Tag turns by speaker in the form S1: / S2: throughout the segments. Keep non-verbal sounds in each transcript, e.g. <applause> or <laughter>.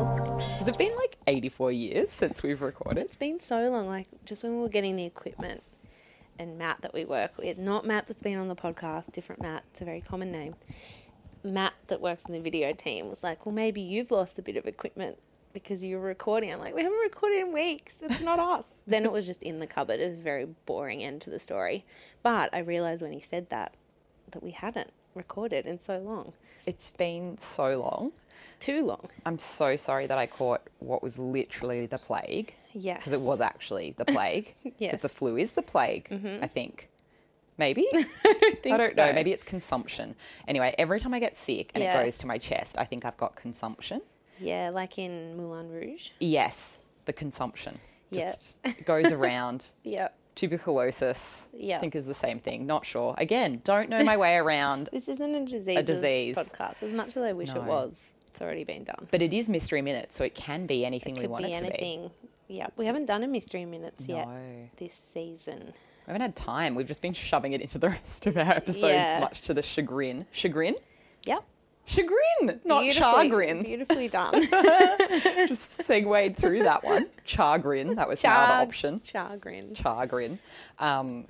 S1: Has it been like 84 years since we've recorded?
S2: It's been so long, like just when we were getting the equipment and Matt that we work with, not Matt that's been on the podcast, different Matt, it's a very common name. Matt that works in the video team was like, Well, maybe you've lost a bit of equipment because you were recording. I'm like, We haven't recorded in weeks. It's not us. <laughs> then it was just in the cupboard. It was a very boring end to the story. But I realised when he said that, that we hadn't recorded in so long.
S1: It's been so long.
S2: Too long.
S1: I'm so sorry that I caught what was literally the plague.
S2: Yes.
S1: Because it was actually
S2: <laughs>
S1: the plague. 'Cause
S2: Yes. Mm-hmm.
S1: The flu is the plague, I think.
S2: <laughs>
S1: Maybe? I don't know.
S2: so.
S1: Maybe it's consumption. Anyway, every time I get sick and
S2: Yeah.
S1: it goes to my chest, I think I've got consumption.
S2: Yeah, like in Moulin Rouge.
S1: Yes, the consumption.
S2: Yeah.
S1: Just
S2: <laughs>
S1: goes around.
S2: Yep.
S1: Tuberculosis,
S2: Yeah.
S1: I think is the same thing. Not sure. Again, don't know my way around.
S2: This isn't a disease,
S1: disease.
S2: podcast. As much as I wish
S1: No.
S2: it was, it's already been done.
S1: But it is mystery minute, so it can be anything we
S2: Could
S1: want
S2: be
S1: it to be.
S2: anything. Yeah, we haven't done a mystery minutes yet
S1: No.
S2: this season.
S1: We haven't had time. We've just been shoving it into the <laughs> rest of our episodes,
S2: Yeah.
S1: much to the chagrin. Chagrin?
S2: Yep.
S1: Chagrin, not
S2: Beautifully-
S1: chagrin.
S2: Beautifully
S1: <laughs>
S2: done.
S1: Just segued through
S2: <laughs>
S1: that one. Chagrin, that was my
S2: Chag-
S1: other option.
S2: Chagrin.
S1: Chagrin. Um,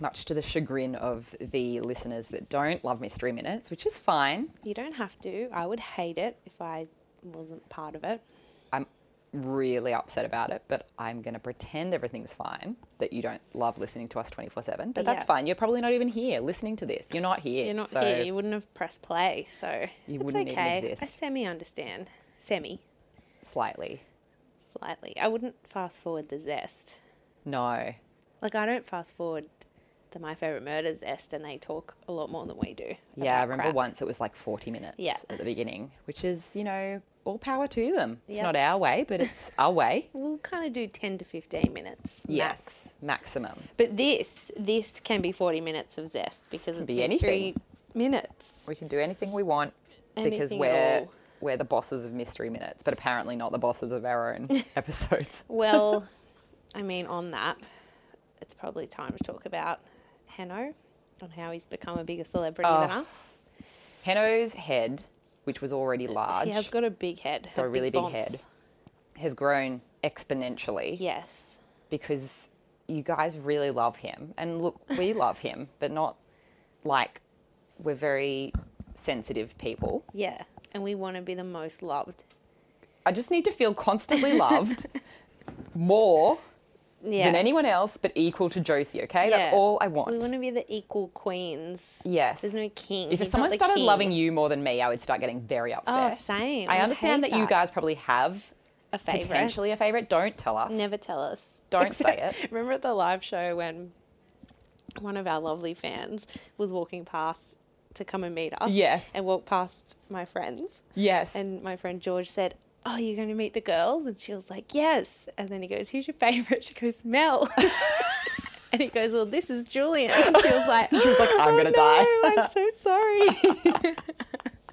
S1: much to the chagrin of the listeners that don't love Mystery Minutes, which is fine.
S2: You don't have to. I would hate it if I wasn't part of it.
S1: I'm really upset about it, but I'm going to pretend everything's fine, that you don't love listening to us 24 7. But that's
S2: Yeah.
S1: fine. You're probably not even here listening to this. You're not here.
S2: You're not
S1: so
S2: here. You wouldn't have pressed play, so
S1: You
S2: it's
S1: wouldn't even
S2: okay. I
S1: exist.
S2: semi understand. Semi.
S1: Slightly.
S2: Slightly. I wouldn't fast forward the zest.
S1: No.
S2: Like I don't fast forward to my favorite murders est, and they talk a lot more than we do.
S1: Yeah, I
S2: about
S1: remember
S2: crap.
S1: once it was like 40 minutes
S2: Yeah.
S1: at the beginning, which is, you know, all power to them. It's
S2: Yep.
S1: not our way, but it's
S2: <laughs>
S1: our way.
S2: We'll kind of do ten to fifteen minutes. Max.
S1: Yes, maximum.
S2: But this this can be forty minutes of zest because
S1: can
S2: it's
S1: be
S2: mystery
S1: anything.
S2: minutes.
S1: We can do anything we want because
S2: Anything at
S1: we're
S2: all.
S1: we're the bosses of mystery minutes, but apparently not the bosses of our own
S2: <laughs>
S1: episodes.
S2: Well, <laughs> I mean, on that, it's probably time to talk about Hanno and how he's become a bigger celebrity than
S1: Oh,
S2: us.
S1: Heno's head, which was already large,
S2: He has got a big head.
S1: got a really big
S2: bonce.
S1: head, has grown exponentially.
S2: Yes.
S1: because you guys really love him. And look, we love him, but not like we're very sensitive people.
S2: Yeah. And we want to be the most loved.
S1: I just need to
S2: <laughs>
S1: feel constantly loved more
S2: Yeah.
S1: than anyone else, but equal to Josie, okay? That's
S2: Yeah.
S1: all I
S2: We
S1: want.
S2: want to be the equal queens.
S1: yes.
S2: There's no king.
S1: if
S2: He's not
S1: someone
S2: the
S1: started
S2: king.
S1: loving you more than me, I would start getting very upset.
S2: Oh, same.
S1: I
S2: I'd
S1: understand
S2: hate
S1: that, you
S2: that.
S1: guys probably have
S2: a favorite,
S1: potentially a favorite. Don't tell us.
S2: never tell us.
S1: Don't say it.
S2: Remember at the live show when one of our lovely fans was walking past to come and meet us.
S1: Yes.
S2: And walked past my friends,
S1: Yes.
S2: and my friend George said. Oh, you're going to meet the girls? And she was like, Yes. And then he goes, Who's your favorite? She goes, Mel. <laughs> and he goes, Well, this is Julian. And she was like,
S1: she was like,
S2: Oh,
S1: I'm gonna die.
S2: <laughs> I'm so sorry.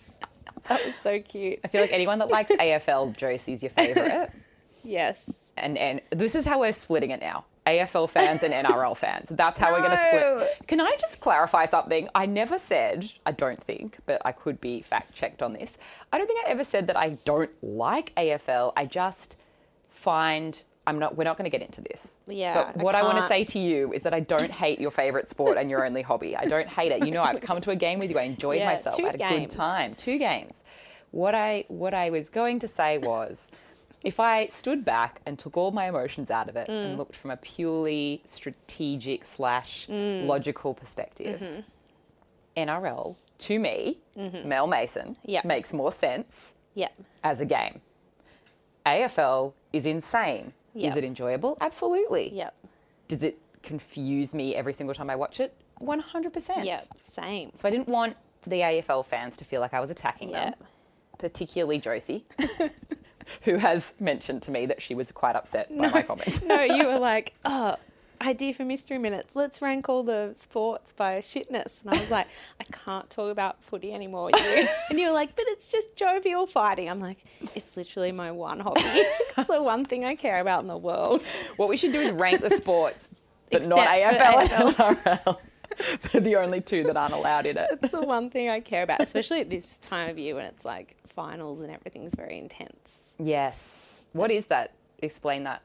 S2: <laughs> that was so cute.
S1: <laughs> I feel like anyone that likes AFL, Josie's your favorite.
S2: Yes.
S1: and and this is how we're splitting it now. AFL fans and
S2: <laughs>
S1: NRL fans. That's how we're going to
S2: No.
S1: split. Can I just clarify something? I never said, I don't think, but I could be fact checked on this. I don't think I ever said that I don't like AFL. I just find I'm not we're not going to get into this.
S2: Yeah,
S1: But
S2: I
S1: what I, want to
S2: can't.
S1: say to you is that I don't hate your favorite sport and your only hobby. I don't hate it. You know, I've come to a game with you. I enjoyed
S2: Yeah,
S1: myself.
S2: two
S1: I had a good
S2: games.
S1: time time, two games. What I what I was going to say was, if I stood back and took all my emotions out of it
S2: Mm.
S1: and looked from a purely strategic slash
S2: Mm.
S1: logical perspective,
S2: Mm-hmm.
S1: NRL to me, Mel Mason,
S2: Yeah.
S1: makes more sense
S2: Yeah.
S1: as a game. AFL is insane. Is
S2: Yeah.
S1: it enjoyable? Absolutely.
S2: Yep.
S1: Does it confuse me every single time I watch it? One hundred percent.
S2: Yep. Same.
S1: So I didn't want the AFL fans to feel like I was attacking them,
S2: Yeah.
S1: particularly Josie, <laughs> who has mentioned to me that she was quite upset by my comments.
S2: No, you <laughs> were like, oh, idea for mystery minutes. Let's rank all the sports by shitness. And I was like, I can't talk about footy anymore. You. <laughs> And you were like, but it's just jovial fighting. I'm like, it's literally my one <laughs> hobby. it's the one thing I care about in the world. <laughs>
S1: What we should do is rank the sports, but not
S2: Except for
S1: AFL. and NRL. <laughs> They're the only two that aren't allowed in
S2: <laughs>
S1: it.
S2: It's the one thing I care about, especially at this time of year when it's like finals and everything's very intense.
S1: Yes. What is that? Explain that.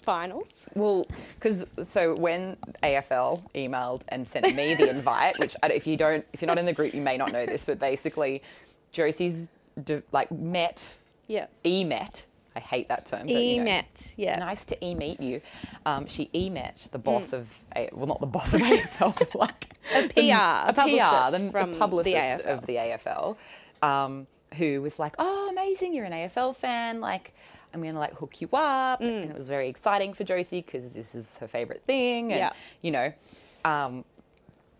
S2: Finals?
S1: Well, because so when AFL emailed and sent me the invite, which I, if you don't, if you're not in the group, you may not know this, but basically, Josie's d- like met,
S2: Yeah.
S1: e-met. I hate that term. but, you know.
S2: E-met, yeah. Hmm.
S1: Nice to e meet you. Um, she e met the boss of A- well, not the boss of <laughs> AFL, but like a
S2: PR, a publicist
S1: the,
S2: from the
S1: the publicist
S2: AFL.
S1: of the AFL, um, who was like, "Oh, amazing! You're an AFL fan. Like, I'm gonna like hook you
S2: Hmm.
S1: up." And it was very exciting for Josie because this is her favorite thing, and
S2: Yeah.
S1: you know. Um,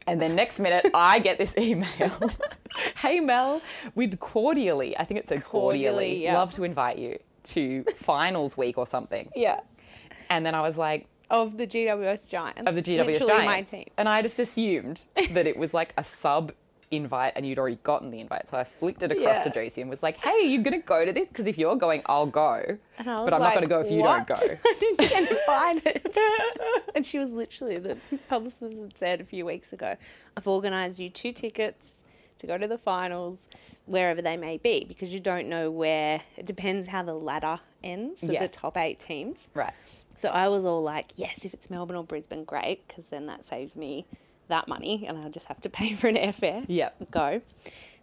S1: and then next minute,
S2: <laughs>
S1: I get this email. <laughs> hey Mel, we'd cordially, I think it's a cordially,
S2: Cordially, yeah.
S1: love to invite you to finals week or something.
S2: Yeah.
S1: And then I was like,
S2: Of the GWS Giants.
S1: of the GWS
S2: Literally
S1: Giants.
S2: my team.
S1: And I just assumed that it was like a sub invite and you'd already gotten the invite. So I flicked it across to
S2: Yeah.
S1: Josie and was like, hey, you're going to go to this? Because if you're going, I'll go.
S2: And I was
S1: But I'm not going to
S2: like,
S1: go if you
S2: "What?"
S1: don't go.
S2: <laughs> I didn't
S1: <laughs>
S2: get invited. and she was literally, the publicist had said a few weeks ago, I've organised you two tickets to go to the finals, wherever they may be, because you don't know where, it depends how the ladder ends, so the
S1: Yes.
S2: top eight teams.
S1: Right.
S2: So I was all like, yes, if it's Melbourne or Brisbane, great, because then that saves me that money and I'll just have to pay for an airfare.
S1: Yep.
S2: Go.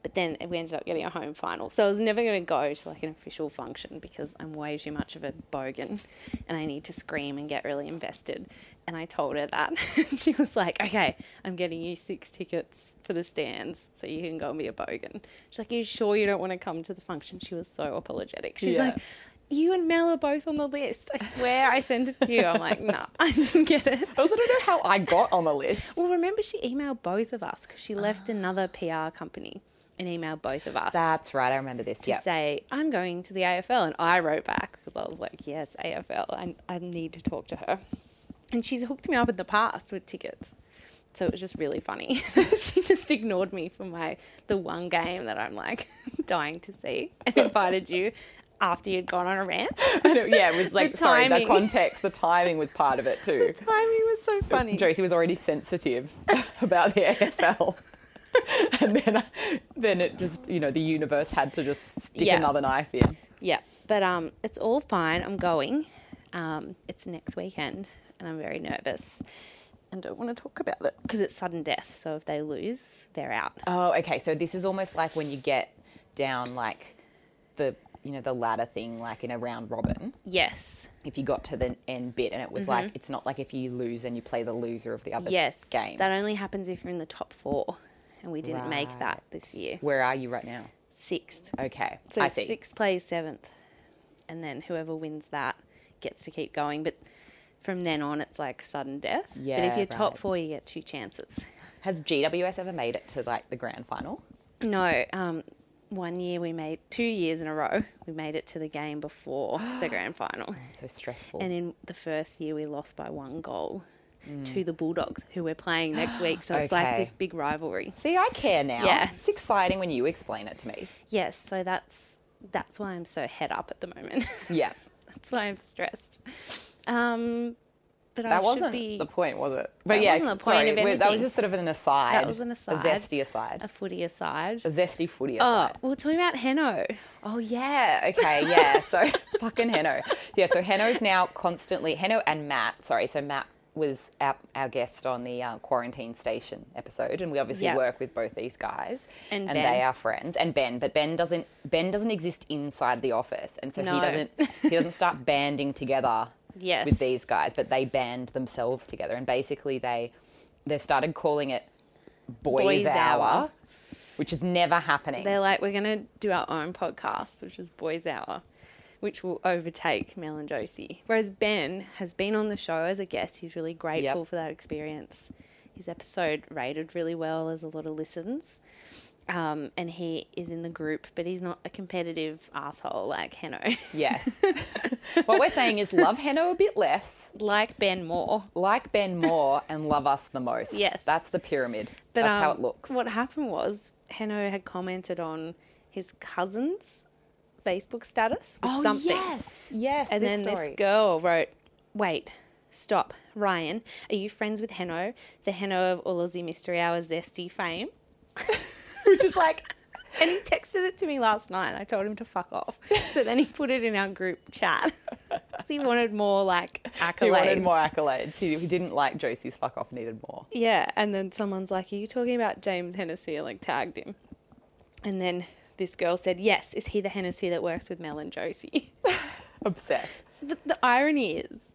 S2: But then we ended up getting a home final. So I was never going to go to like an official function because I'm way too much of a bogan and I need to scream and get really invested. And I told her that. <laughs> she was like, okay, I'm getting you six tickets for the stands so you can go and be a bogan. She's like, you sure you don't want to come to the function? She was so apologetic. She's
S1: Yeah.
S2: like, you and Mel are both on the list. I swear I sent it to you. I'm like, no, <laughs> I didn't get it.
S1: I also don't know how I got on the list.
S2: Well, remember she emailed both of us because she left another PR company and emailed both of us
S1: That's right. I remember this.
S2: to say, I'm going to the AFL. And I wrote back because I was like, yes, AFL, I, I need to talk to her. And she's hooked me up in the past with tickets. So it was just really funny. <laughs> she just ignored me for my the one game that I'm like <laughs> dying to see and invited you after you'd gone on a <laughs> rant.
S1: <laughs> yeah, it was like, sorry, the
S2: timing.
S1: context, the timing was part of it too.
S2: timing was so funny.
S1: Josie was already sensitive <laughs> about the AFL. <laughs> and then, then it just, you know, the universe had to just stick
S2: Yeah.
S1: another knife in.
S2: Yeah, but um, it's all fine. I'm going. Um, it's next weekend, and I'm very nervous, and don't want to talk about it because it's sudden death. So if they lose, they're out.
S1: Oh, okay. So this is almost like when you get down like the you know the ladder thing, like in a round robin.
S2: Yes,
S1: If you got to the end bit and it was like it's not like if you lose then you play the loser of the other
S2: yes.
S1: game.
S2: That only happens if you're in the top four, and we didn't make that this year.
S1: Where are you right now?
S2: Sixth.
S1: Okay,
S2: So
S1: I see.
S2: sixth plays seventh, and then whoever wins that gets to keep going. But from then on, it's like sudden death. but
S1: Yeah,
S2: if you're top
S1: right.
S2: four, you get two chances.
S1: Has GWS ever made it to like the grand final?
S2: No, um, one year we made two years in a row. We made it to the game before
S1: <gasps>
S2: the grand final,
S1: So stressful.
S2: and in the first year we lost by one goal to the Bulldogs, who we're playing
S1: <gasps>
S2: next week. So it's like
S1: Mm. Okay.
S2: this big rivalry.
S1: see, I care now.
S2: Yeah.
S1: It's exciting when you explain it to me.
S2: Yes, so that's that's why I'm so head up at the moment. <laughs>
S1: Yeah.
S2: that's why I'm stressed. Um, but I
S1: That
S2: should
S1: wasn't
S2: be
S1: the point, was it? But
S2: That
S1: yeah,
S2: wasn't the point
S1: sorry,
S2: of
S1: we- That was
S2: anything.
S1: just sort of an aside.
S2: was an
S1: A
S2: aside.
S1: zesty aside.
S2: a footy aside.
S1: A zesty footy
S2: Oh,
S1: aside.
S2: we're talking about Heno.
S1: Oh yeah,
S2: <laughs>
S1: okay, yeah. So <laughs> fucking Heno. Yeah, so Heno's now constantly Heno and Matt. Sorry, so Matt was our, our guest on the uh, quarantine station episode, and we obviously
S2: Yeah.
S1: work with both these guys,
S2: And
S1: they
S2: Ben.
S1: are friends. And Ben, but Ben doesn't Ben doesn't exist inside the office, and so
S2: No.
S1: he doesn't he doesn't start banding together
S2: Yes.
S1: with these guys, but they band themselves together, and basically they they started calling it boys,
S2: Boys
S1: hour,
S2: Hour.
S1: which is never happening.
S2: They're like, we're going to do our own podcast, which is Boys Hour, which will overtake Mel and Josie. Whereas Ben has been on the show as a guest. He's really grateful for that experience. His episode rated really well, there's a lot of listens. Um, and he is in the group, but he's not a competitive asshole like Heno.
S1: Yes. what we're saying is love Heno a bit less,
S2: <laughs> like Ben more.
S1: like Ben more, and love us the most.
S2: Yes.
S1: That's the pyramid.
S2: But
S1: That's how
S2: um,
S1: it looks.
S2: What happened was Heno had commented on his cousin's Facebook status with something.
S1: Oh, yes. Yes.
S2: And
S1: this
S2: then
S1: story.
S2: this girl wrote, Wait, Stop. Ryan, are you friends with Heno, the Heno of All Aussie Mystery Hour Zesty fame? <laughs>
S1: Which is like,
S2: And he texted it to me last night. I told him to fuck off. So then he put it in our group chat. <laughs> so he wanted more like accolades.
S1: he wanted more accolades. He, he didn't like Josie's fuck off, needed more.
S2: Yeah, and then someone's like, "Are you talking about James Hennessy?" and like tagged him, and then this girl said, "Yes, is he the Hennessy that works with Mel and Josie?"
S1: Obsessed.
S2: the, the irony is,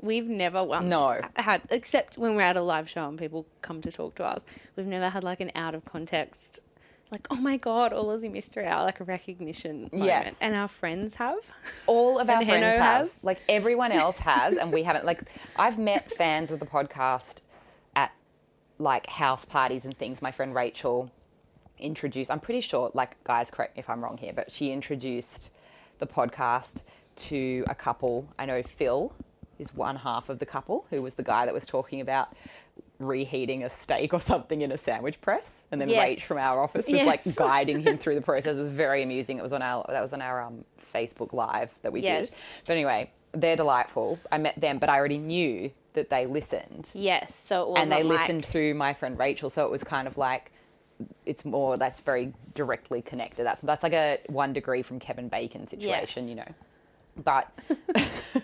S2: we've never once
S1: No.
S2: had, except when we're at a live show and people come to talk to us, we've never had like an out of context, like, "Oh my god, all Aussie Mystery Hour," like a recognition moment.
S1: Yes.
S2: And our friends have.
S1: All of our
S2: And
S1: friends
S2: Hanno
S1: have.
S2: has.
S1: Like everyone else has, and we haven't. Like I've met fans of the podcast at like house parties and things. My friend Rachel introduced. I'm pretty sure. Like guys, correct me if I'm wrong here, but she introduced the podcast to a couple. I know Phil is one half of the couple who was the guy that was talking about reheating a steak or something in a sandwich press and then Rach
S2: Yes.
S1: from our office was
S2: Yes.
S1: like guiding him through the process. It was very amusing. It was on our that was on our um, Facebook Live that we
S2: Yes.
S1: did. But anyway, they're delightful. I met them, but I already knew that they listened,
S2: Yes, so it was
S1: and they listened through my friend Rachel. So it was kind of like it's more that's very directly connected. That's that's like a one degree from Kevin Bacon
S2: Yes.
S1: situation, you know. But <laughs>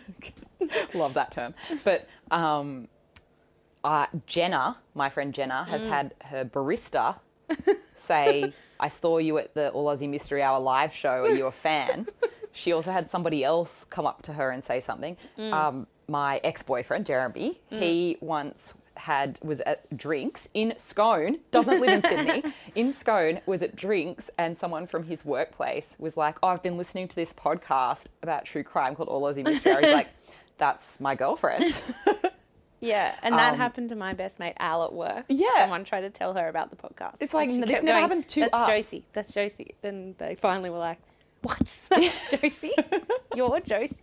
S1: love that term. But um, uh, Jenna, my friend Jenna,
S2: Mm.
S1: has had her barista say, I saw you at the All Aussie Mystery Hour live show. Are you a fan? she also had somebody else come up to her and say something. Um, my ex boyfriend, Jeremy, he once had was at drinks in Scone, doesn't live in Sydney, in Scone, was at drinks, and someone from his workplace was like, Oh, I've been listening to this podcast about true crime called All Aussie Mystery Hour. He's like, That's my girlfriend. <laughs>
S2: Yeah, and that
S1: Um,
S2: happened to my best mate Al at work.
S1: Yeah.
S2: someone tried to tell her about the podcast.
S1: It's like,
S2: And she
S1: "No, this
S2: kept
S1: never happens to
S2: That's
S1: us."
S2: Josie. That's Josie. Then they finally were like, "What? <laughs> That's Josie? <laughs> You're Josie?"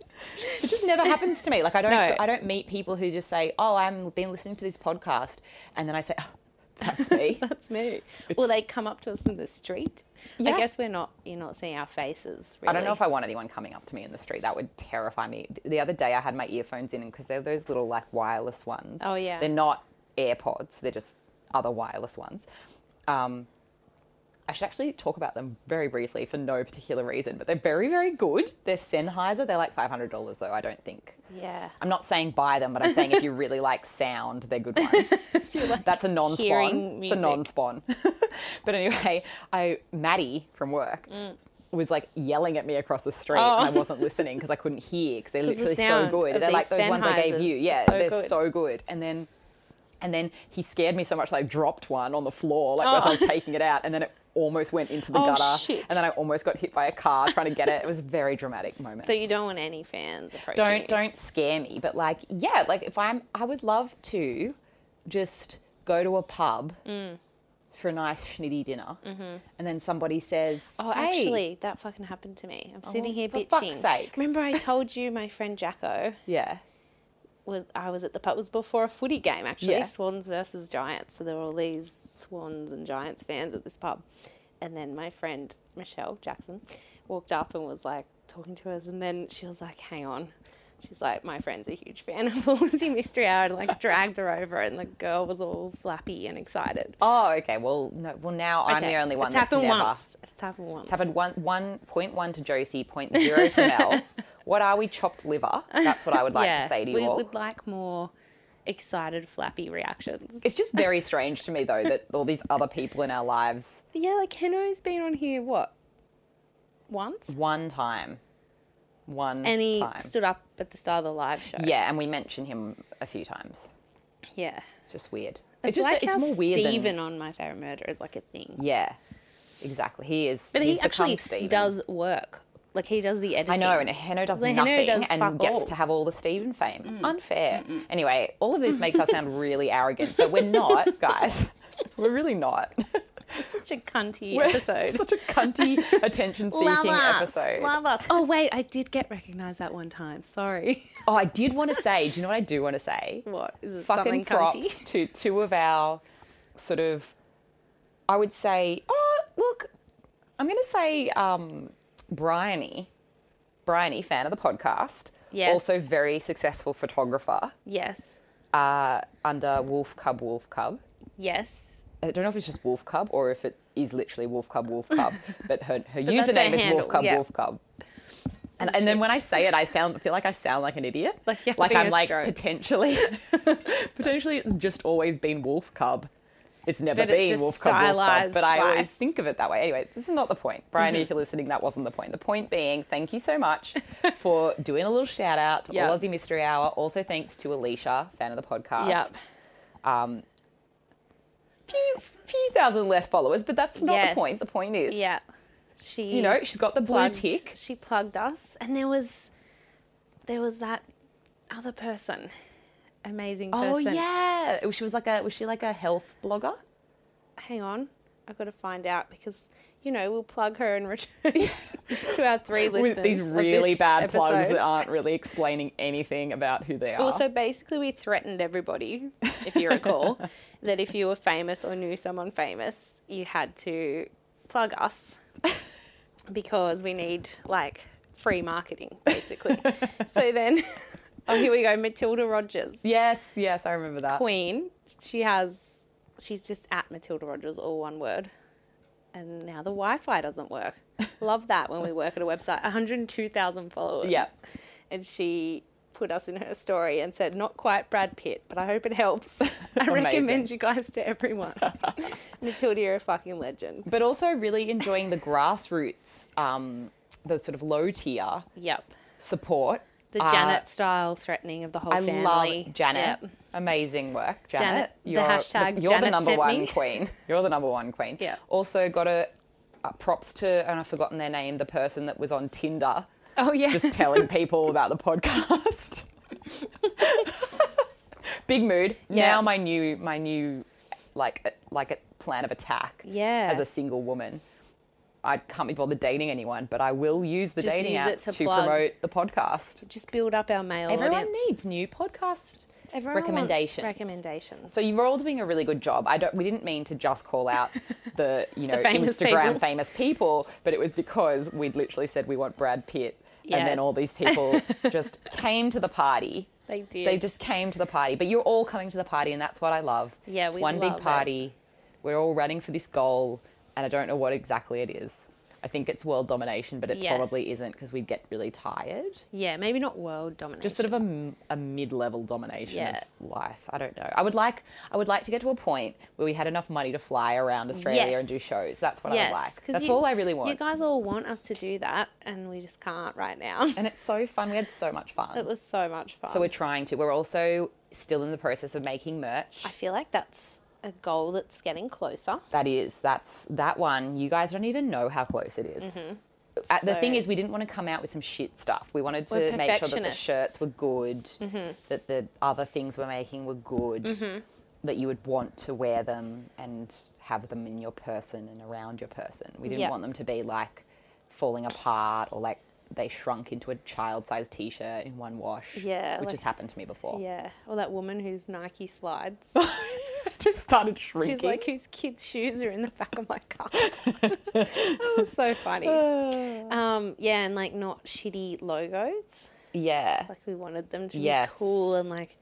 S1: It just never happens to me. Like I
S2: <laughs>
S1: don't,
S2: No.
S1: I don't meet people who just say, "Oh, I'm been listening to this podcast," and then I say, oh, "That's
S2: <laughs>
S1: me."
S2: That's me. Or they come up to us in the street. I
S1: Yeah.
S2: guess we're not. You're not seeing our faces. Really.
S1: I don't know if I want anyone coming up to me in the street. That would terrify me. Th- The other day I had my earphones in because they're those little like wireless ones.
S2: Oh, yeah.
S1: They're not AirPods. They're just other wireless ones. Um, I should actually talk about them very briefly for no particular reason, but they're very, very good. They're Sennheiser. They're like five hundred dollars though. I don't think
S2: Yeah.
S1: I'm not saying buy them, but I'm saying if you
S2: <laughs>
S1: really like sound, they're good ones. That's a non-spawn.
S2: hearing
S1: It's a
S2: music.
S1: non-spawn. <laughs> but anyway, I Maddie from work was like yelling at me across the street,
S2: Mm. Oh.
S1: and I wasn't listening because I couldn't hear because
S2: <laughs>
S1: they're
S2: 'Cause the
S1: literally so
S2: sound of
S1: good. They're like
S2: these
S1: those ones I gave
S2: Sennheisers
S1: you.
S2: is
S1: Yeah,
S2: so
S1: they're
S2: good.
S1: so good. And then. And then he scared me so much that I dropped one on the floor, like as I was
S2: <laughs>
S1: taking it out, and then it almost went into the
S2: Oh,
S1: gutter.
S2: shit.
S1: And then I almost got hit by a car trying to get it. It was a very dramatic moment
S2: So you don't want any fans approaching.
S1: don't
S2: you.
S1: don't scare me but like yeah like if i'm i would love to just go to a pub
S2: Mm.
S1: for a nice schnitty dinner and then somebody says
S2: Mm-hmm. Oh,
S1: "Hey." Oh,
S2: actually, that fucking happened to me. I'm sitting here
S1: for
S2: bitching.
S1: fuck's sake.
S2: Remember, I told you my friend Jacko
S1: yeah
S2: was I was at the pub. It was before a footy game actually,
S1: Yeah.
S2: Swans versus Giants. So there were all these Swans and Giants fans at this pub, and then my friend Michelle Jackson walked up and was like talking to us, and then she was like, "Hang on." She's like, my friend's a huge fan of all Lizzie Mystery Hour, and
S1: <laughs>
S2: like dragged her over, and the girl was all flappy and excited.
S1: oh okay well no well now i'm
S2: Okay,
S1: the only one
S2: It's
S1: that's
S2: happened
S1: never
S2: once. It's happened once.
S1: it's happened one one point one to josie point zero to mel
S2: <laughs>
S1: what are we chopped liver that's what i would like to say to you
S2: we
S1: all
S2: would like more excited, flappy reactions.
S1: it's just very strange to me though that all these other people in our lives
S2: Yeah, like Heno's been on here what once,
S1: one time one
S2: and he
S1: Mm-hmm. time
S2: stood up at the start of the live show.
S1: yeah and we mention him a few times
S2: yeah.
S1: It's just weird.
S2: It's,
S1: It's, just
S2: like
S1: it's
S2: how
S1: more weird
S2: Steven
S1: than
S2: on My Favorite Murder is like a thing,
S1: yeah, exactly. He is,
S2: but
S1: he's
S2: he actually
S1: become Steven.
S2: does work. Like he does the editing.
S1: I know, and Heno does
S2: Like, Heno
S1: nothing
S2: does fuck
S1: and gets
S2: all. Mm.
S1: to have all the Steven fame. Unfair. Anyway, all of this makes us sound really arrogant, but
S2: <laughs>
S1: we're not, guys. We're really not.
S2: such a
S1: <laughs>
S2: cunty
S1: We're
S2: episode.
S1: Such a cunty,
S2: <laughs>
S1: attention-seeking
S2: Love us,
S1: episode.
S2: love us. Oh wait, I did get recognized that one time.
S1: <laughs>
S2: Sorry.
S1: Oh, I did want to say. Do you know what I do want to say?
S2: What is it?
S1: fucking
S2: something
S1: props
S2: cunty? <laughs>
S1: to two of our sort of, I would say, oh, look, I'm going to say um, Bryony, Bryony, fan of the podcast,
S2: Yes.
S1: also very successful photographer
S2: Yes.
S1: uh, under Wolf Cub, Wolf Cub.
S2: Yes.
S1: I don't know if it's just Wolf Cub or if it is literally Wolf
S2: <laughs>
S1: Cub, Wolf Cub. But her, her
S2: But that's her
S1: username is
S2: handle,
S1: Wolf Cub,
S2: yeah. Oh,
S1: Wolf Cub. And, and then when I say it, I sound feel like I sound like an idiot.
S2: Like you're
S1: like
S2: having a
S1: I'm like
S2: stroke.
S1: potentially, <laughs> potentially it's just always been Wolf Cub. It's never
S2: But it's
S1: been
S2: just
S1: Wolf Cub, Wolf Cub.
S2: stylized
S1: But I always
S2: twice. Mm-hmm.
S1: think of it that way. Anyway, this is not the point, Brian. If you're listening, that wasn't the point. The point being, thank you so much
S2: <laughs>
S1: for doing a little shout out to
S2: Yeah.
S1: Aussie Mystery Hour. Also, thanks to Alicia, fan of the podcast
S2: Yep.
S1: um, few few thousand less followers, but that's not
S2: Yes.
S1: the point. The point is,
S2: Yeah. She
S1: you know, she's got the blue
S2: plugged-
S1: tick.
S2: She plugged us and there was there was that other person. Amazing person.
S1: Oh yeah, she was like a was she like a health blogger?
S2: hang on, I've got to find out because you know we'll plug her in
S1: <laughs>
S2: return <laughs> to our three listeners.
S1: With these
S2: of
S1: really
S2: this
S1: bad plugs
S2: episode.
S1: that aren't really explaining anything about who they are.
S2: Also, basically, we threatened everybody, if you recall, that if you were famous or knew someone famous, you had to plug us because we need like free marketing, basically. so then, <laughs> oh, here we go, Matilda Rogers.
S1: yes, yes, I remember that.
S2: Queen. She has. She's just at Matilda Rogers, all one word. And now the Wi-Fi doesn't work. Love that when we work at a website. 102,000 followers.
S1: Yeah,
S2: And she put us in her story and said, "Not quite Brad Pitt, but I hope it helps. <laughs> I
S1: Amazing.
S2: recommend you guys to <laughs> everyone." Matilda, you're a fucking legend.
S1: but also really enjoying the grassroots, um, the sort of low tier
S2: Yep.
S1: support.
S2: The
S1: Uh,
S2: Janet style threatening of the whole
S1: I
S2: family.
S1: love Janet.
S2: Yep.
S1: Amazing work, Janet.
S2: Janet, the hashtag
S1: you're the
S2: Janet
S1: number
S2: sent
S1: one
S2: me. <laughs>
S1: queen. You're the number one queen.
S2: Yeah.
S1: Also got a uh, props to, and I've forgotten their name, the person that was on Tinder
S2: Oh yeah.
S1: just telling people about the podcast. <laughs> Big mood.
S2: Yeah.
S1: Now my new my new like a- like a plan of attack.
S2: Yeah.
S1: As a single woman. I can't be bothered dating anyone, but I will use the
S2: Just
S1: dating
S2: use it
S1: apps
S2: to
S1: to,
S2: plug.
S1: promote the
S2: <laughs>
S1: podcast.
S2: just build up our male
S1: Everyone
S2: audience.
S1: needs new podcast
S2: Everyone wants
S1: recommendations.
S2: recommendations.
S1: So you're all doing a really good job. I don't. We didn't mean to just call out
S2: <laughs>
S1: the you know
S2: famous
S1: Instagram
S2: people.
S1: famous people, but it was because we'd literally said we want Brad Pitt, and
S2: Yes.
S1: then all
S2: <laughs>
S1: these people just came to the party.
S2: They did.
S1: They just came to the party. But you're all coming to the party, and that's what I love.
S2: Yeah,
S1: it's
S2: we
S1: one
S2: love
S1: big
S2: it.
S1: party. We're all running for this goal, and I don't know what exactly it is. I think it's world domination, but it
S2: Yes.
S1: probably isn't because we'd get really tired.
S2: Yeah, maybe not world domination.
S1: just sort of a, m- a mid-level domination
S2: Yeah.
S1: of life. I don't know. I would like I would like to get to a point where we had enough money to fly around Australia and do
S2: Yes.
S1: shows. That's what I would like.
S2: 'cause
S1: That's
S2: you-
S1: all I really
S2: You
S1: want.
S2: guys all want us to do that, and we just can't right now.
S1: and it's so fun. We had so
S2: <laughs>
S1: much
S2: it
S1: fun.
S2: was so much fun.
S1: So we're trying to. We're also still in the process of making merch.
S2: I feel like that's a goal that's getting closer.
S1: That is that's that one. You guys don't even know how close it is. Uh, the
S2: Mm-hmm. So-
S1: thing is, we didn't want to come out with some shit stuff. We wanted
S2: We're
S1: to make sure that the
S2: perfectionists. Mm-hmm.
S1: shirts were good, that the other things we're making were good, that you would want to wear them and have them in your person and around your person. We didn't
S2: Yeah.
S1: want them to be like falling apart or like they shrunk into a child sized t shirt in one wash.
S2: Yeah,
S1: Which
S2: like-
S1: has happened to me before.
S2: Yeah, or that woman whose Nike slides.
S1: <laughs> Oh, Just started
S2: <laughs>
S1: shrinking.
S2: She's like, whose kids' shoes are in the back
S1: <laughs>
S2: of my car. <laughs> that was so funny.
S1: Ah.
S2: Um, yeah, and like not shitty logos.
S1: yeah.
S2: Like we wanted them to
S1: Yes.
S2: be cool and like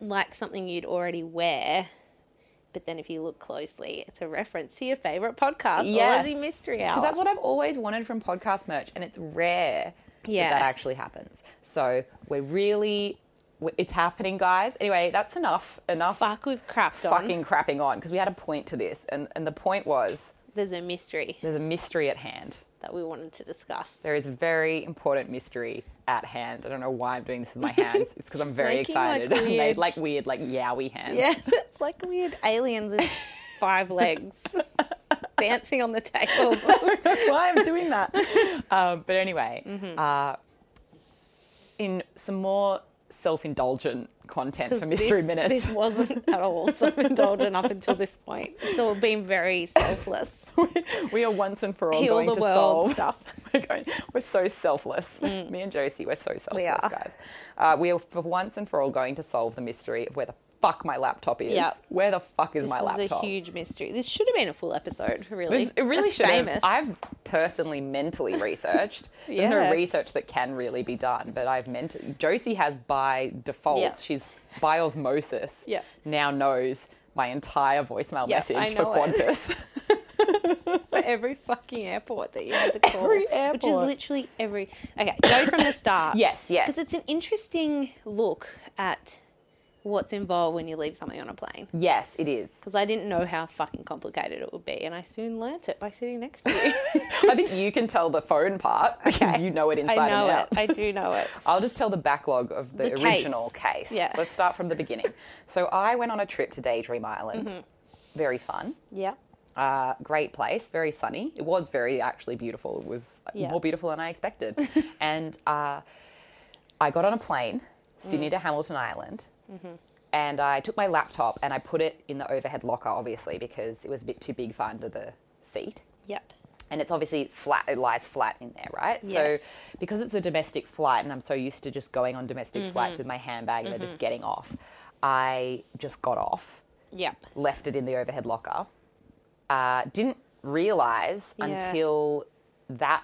S2: like something you'd already wear. But then if you look closely, it's a reference to your favorite podcast,
S1: Yes.
S2: Aussie Mystery Hour.
S1: Because that's what I've always wanted from podcast merch, and it's rare
S2: Yeah.
S1: that that actually happens. So we're really, we- it's happening, guys. Anyway, that's enough. Enough
S2: Fuck, we've crapped on.
S1: fucking crapping on because we had a point to this, and, and the point was
S2: There's a mystery
S1: there's a mystery at hand.
S2: that we wanted to discuss.
S1: There is a very important mystery at hand. I don't know why I'm doing this
S2: <laughs>
S1: with my hands. It's because I'm
S2: She's
S1: very
S2: making, like,
S1: excited. <laughs> I made
S2: weird-
S1: like weird, like yowie hands.
S2: yeah, <laughs> it's like weird aliens with five
S1: <laughs>
S2: legs dancing on the table.
S1: don't know <laughs> why I'm doing that. Um, but anyway,
S2: Mm-hmm.
S1: uh, in some more self-indulgent content for Mystery
S2: this,
S1: Minutes,
S2: This wasn't at
S1: <laughs>
S2: all self-indulgent up until this point. It's all been very
S1: <laughs>
S2: selfless.
S1: we are once and for all
S2: Heal
S1: going
S2: the
S1: to
S2: world
S1: solve.
S2: stuff.
S1: <laughs> We're, going, we're so selfless. Me and Josie, we're so selfless,
S2: are.
S1: guys. Uh, we are for once and for all going to solve the mystery of where the fuck my laptop is.
S2: Yep.
S1: Where the fuck is
S2: This
S1: my
S2: is
S1: laptop?
S2: a huge mystery. This should have been a full episode, really.
S1: This- it really
S2: That's
S1: should have-
S2: famous.
S1: I've personally
S2: <laughs>
S1: mentally researched. There's
S2: Yeah.
S1: no research that can really be done, but I've meant Josie has by default,
S2: Yeah.
S1: she's by osmosis,
S2: Yeah.
S1: now knows my entire voicemail
S2: Yeah, I
S1: message for
S2: know it.
S1: Qantas.
S2: <laughs> for every fucking airport that you had to call.
S1: Every
S2: Which is
S1: airport.
S2: literally every. Okay, go from the
S1: <laughs>
S2: start.
S1: Yes, yes.
S2: Because it's an interesting look at what's involved when you leave something on a plane.
S1: yes, it is.
S2: Because I didn't know how fucking complicated it would be, and I soon learnt it by sitting next to
S1: <laughs>
S2: you.
S1: I think you can tell the
S2: <laughs>
S1: phone part because you know it inside
S2: I know
S1: and
S2: it.
S1: out.
S2: I do know it.
S1: I'll just tell the backlog of
S2: The
S1: the,
S2: case.
S1: original case.
S2: Yeah.
S1: Let's start from the beginning. So I went on a trip to Daydream Island.
S2: Mm-hmm.
S1: Very fun.
S2: Yeah.
S1: Uh, great place, very sunny. It was very actually beautiful. It was
S2: Yeah.
S1: more beautiful than I expected.
S2: <laughs>
S1: and uh, I got on a plane, Sydney
S2: Mm.
S1: to Hamilton Island,
S2: Mm-hmm.
S1: and I took my laptop and I put it in the overhead locker, obviously, because it was a bit too big for under the seat
S2: Yep.
S1: and it's obviously flat it lies flat in there right
S2: Yes.
S1: so because it's a domestic flight and i'm so used to just going on domestic flights
S2: Mm-hmm.
S1: with my handbag and they're just getting off i just got off
S2: Yep.
S1: left it in the overhead locker uh, didn't realize
S2: Yeah.
S1: until that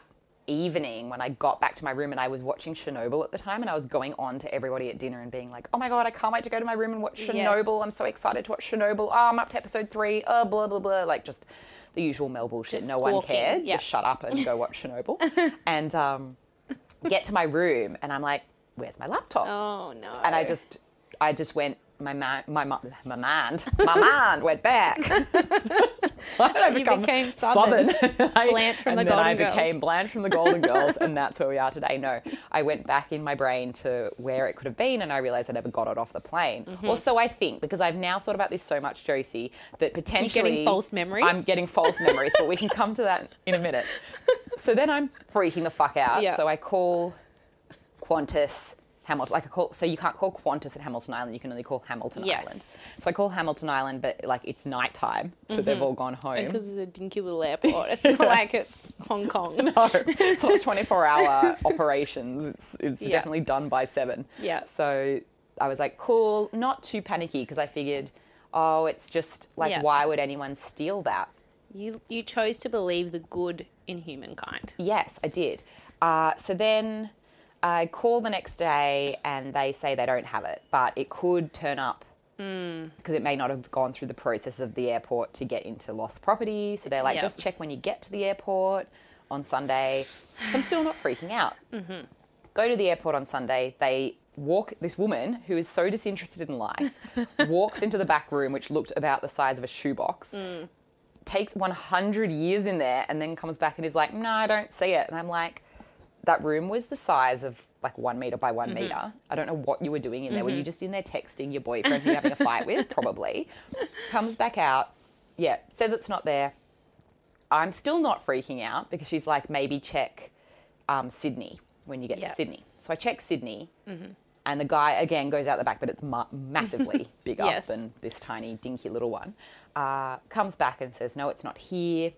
S1: evening when i got back to my room and i was watching chernobyl at the time and i was going on to everybody at dinner and being like oh my god i can't wait to go to my room and watch chernobyl i'm so excited to watch chernobyl oh, i'm up to episode three oh, blah blah blah like just the usual mel bullshit
S2: Just
S1: no one
S2: squawking,
S1: cared
S2: yeah.
S1: just shut up and
S2: <laughs>
S1: go watch chernobyl and um, get to my room and i'm like where's my laptop
S2: Oh no.
S1: and I just, I just went. My man, my ma- my man, my man went back. <laughs> Why did I become
S2: became Southern.
S1: <laughs> I-
S2: Blanche from
S1: and
S2: the
S1: then I
S2: Golden Girls.
S1: became Blanche from the Golden Girls, and that's where we are today. No, I went back in my brain to where it could have been, and I realized I never got it off the plane.
S2: Mm-hmm.
S1: Or so I think, because I've now thought about this so much, Josie, that potentially
S2: false memories?
S1: I'm getting false memories, but we can come to that in
S2: <laughs>
S1: a minute. So then I'm freaking the fuck out.
S2: Yeah.
S1: So I call Qantas, Hamilton. Like I call, so you can't call Qantas at Hamilton Island. You can only call Hamilton
S2: Yes.
S1: Island. So I call Hamilton Island, but like it's nighttime, so they've all gone home.
S2: Mm-hmm.
S1: <laughs>
S2: Because it's a dinky little airport. It's not like it's Hong Kong.
S1: no, it's not
S2: <laughs>
S1: 24 hour operations. It's, it's
S2: Yeah.
S1: definitely done by seven.
S2: Yeah.
S1: So I was like, cool, not too panicky because I figured, oh, it's just like,
S2: Yeah.
S1: why would anyone steal that?
S2: You you chose to believe the good in humankind.
S1: Yes, I did. Uh, so then I call the next day and they say they don't have it, but it could turn up because it may not have gone through the process of the airport to get into lost property. So they're like,
S2: Yeah.
S1: just check when you get to the airport on Sunday. So I'm still not freaking out. Mm-hmm. Go to the airport on Sunday. They walk, this woman who is so disinterested in life walks into the back room, which looked about the size of a shoebox takes 100 years in there and then comes back and is like, no, I don't see it. And I'm like, that room was the size of like one meter by one meter. I don't know what you were doing in there. Were you just in there texting your boyfriend who you're having a fight with? Probably. Comes back out. Yeah, says it's not there. I'm still not freaking out because she's like, maybe check um, Sydney when you get
S2: Yeah.
S1: to Sydney. So I check Sydney. And the guy again goes out the back, but it's ma-
S2: <laughs>
S1: massively bigger
S2: Yes.
S1: than this tiny, dinky little one. Uh, comes back and says, No, it's not here.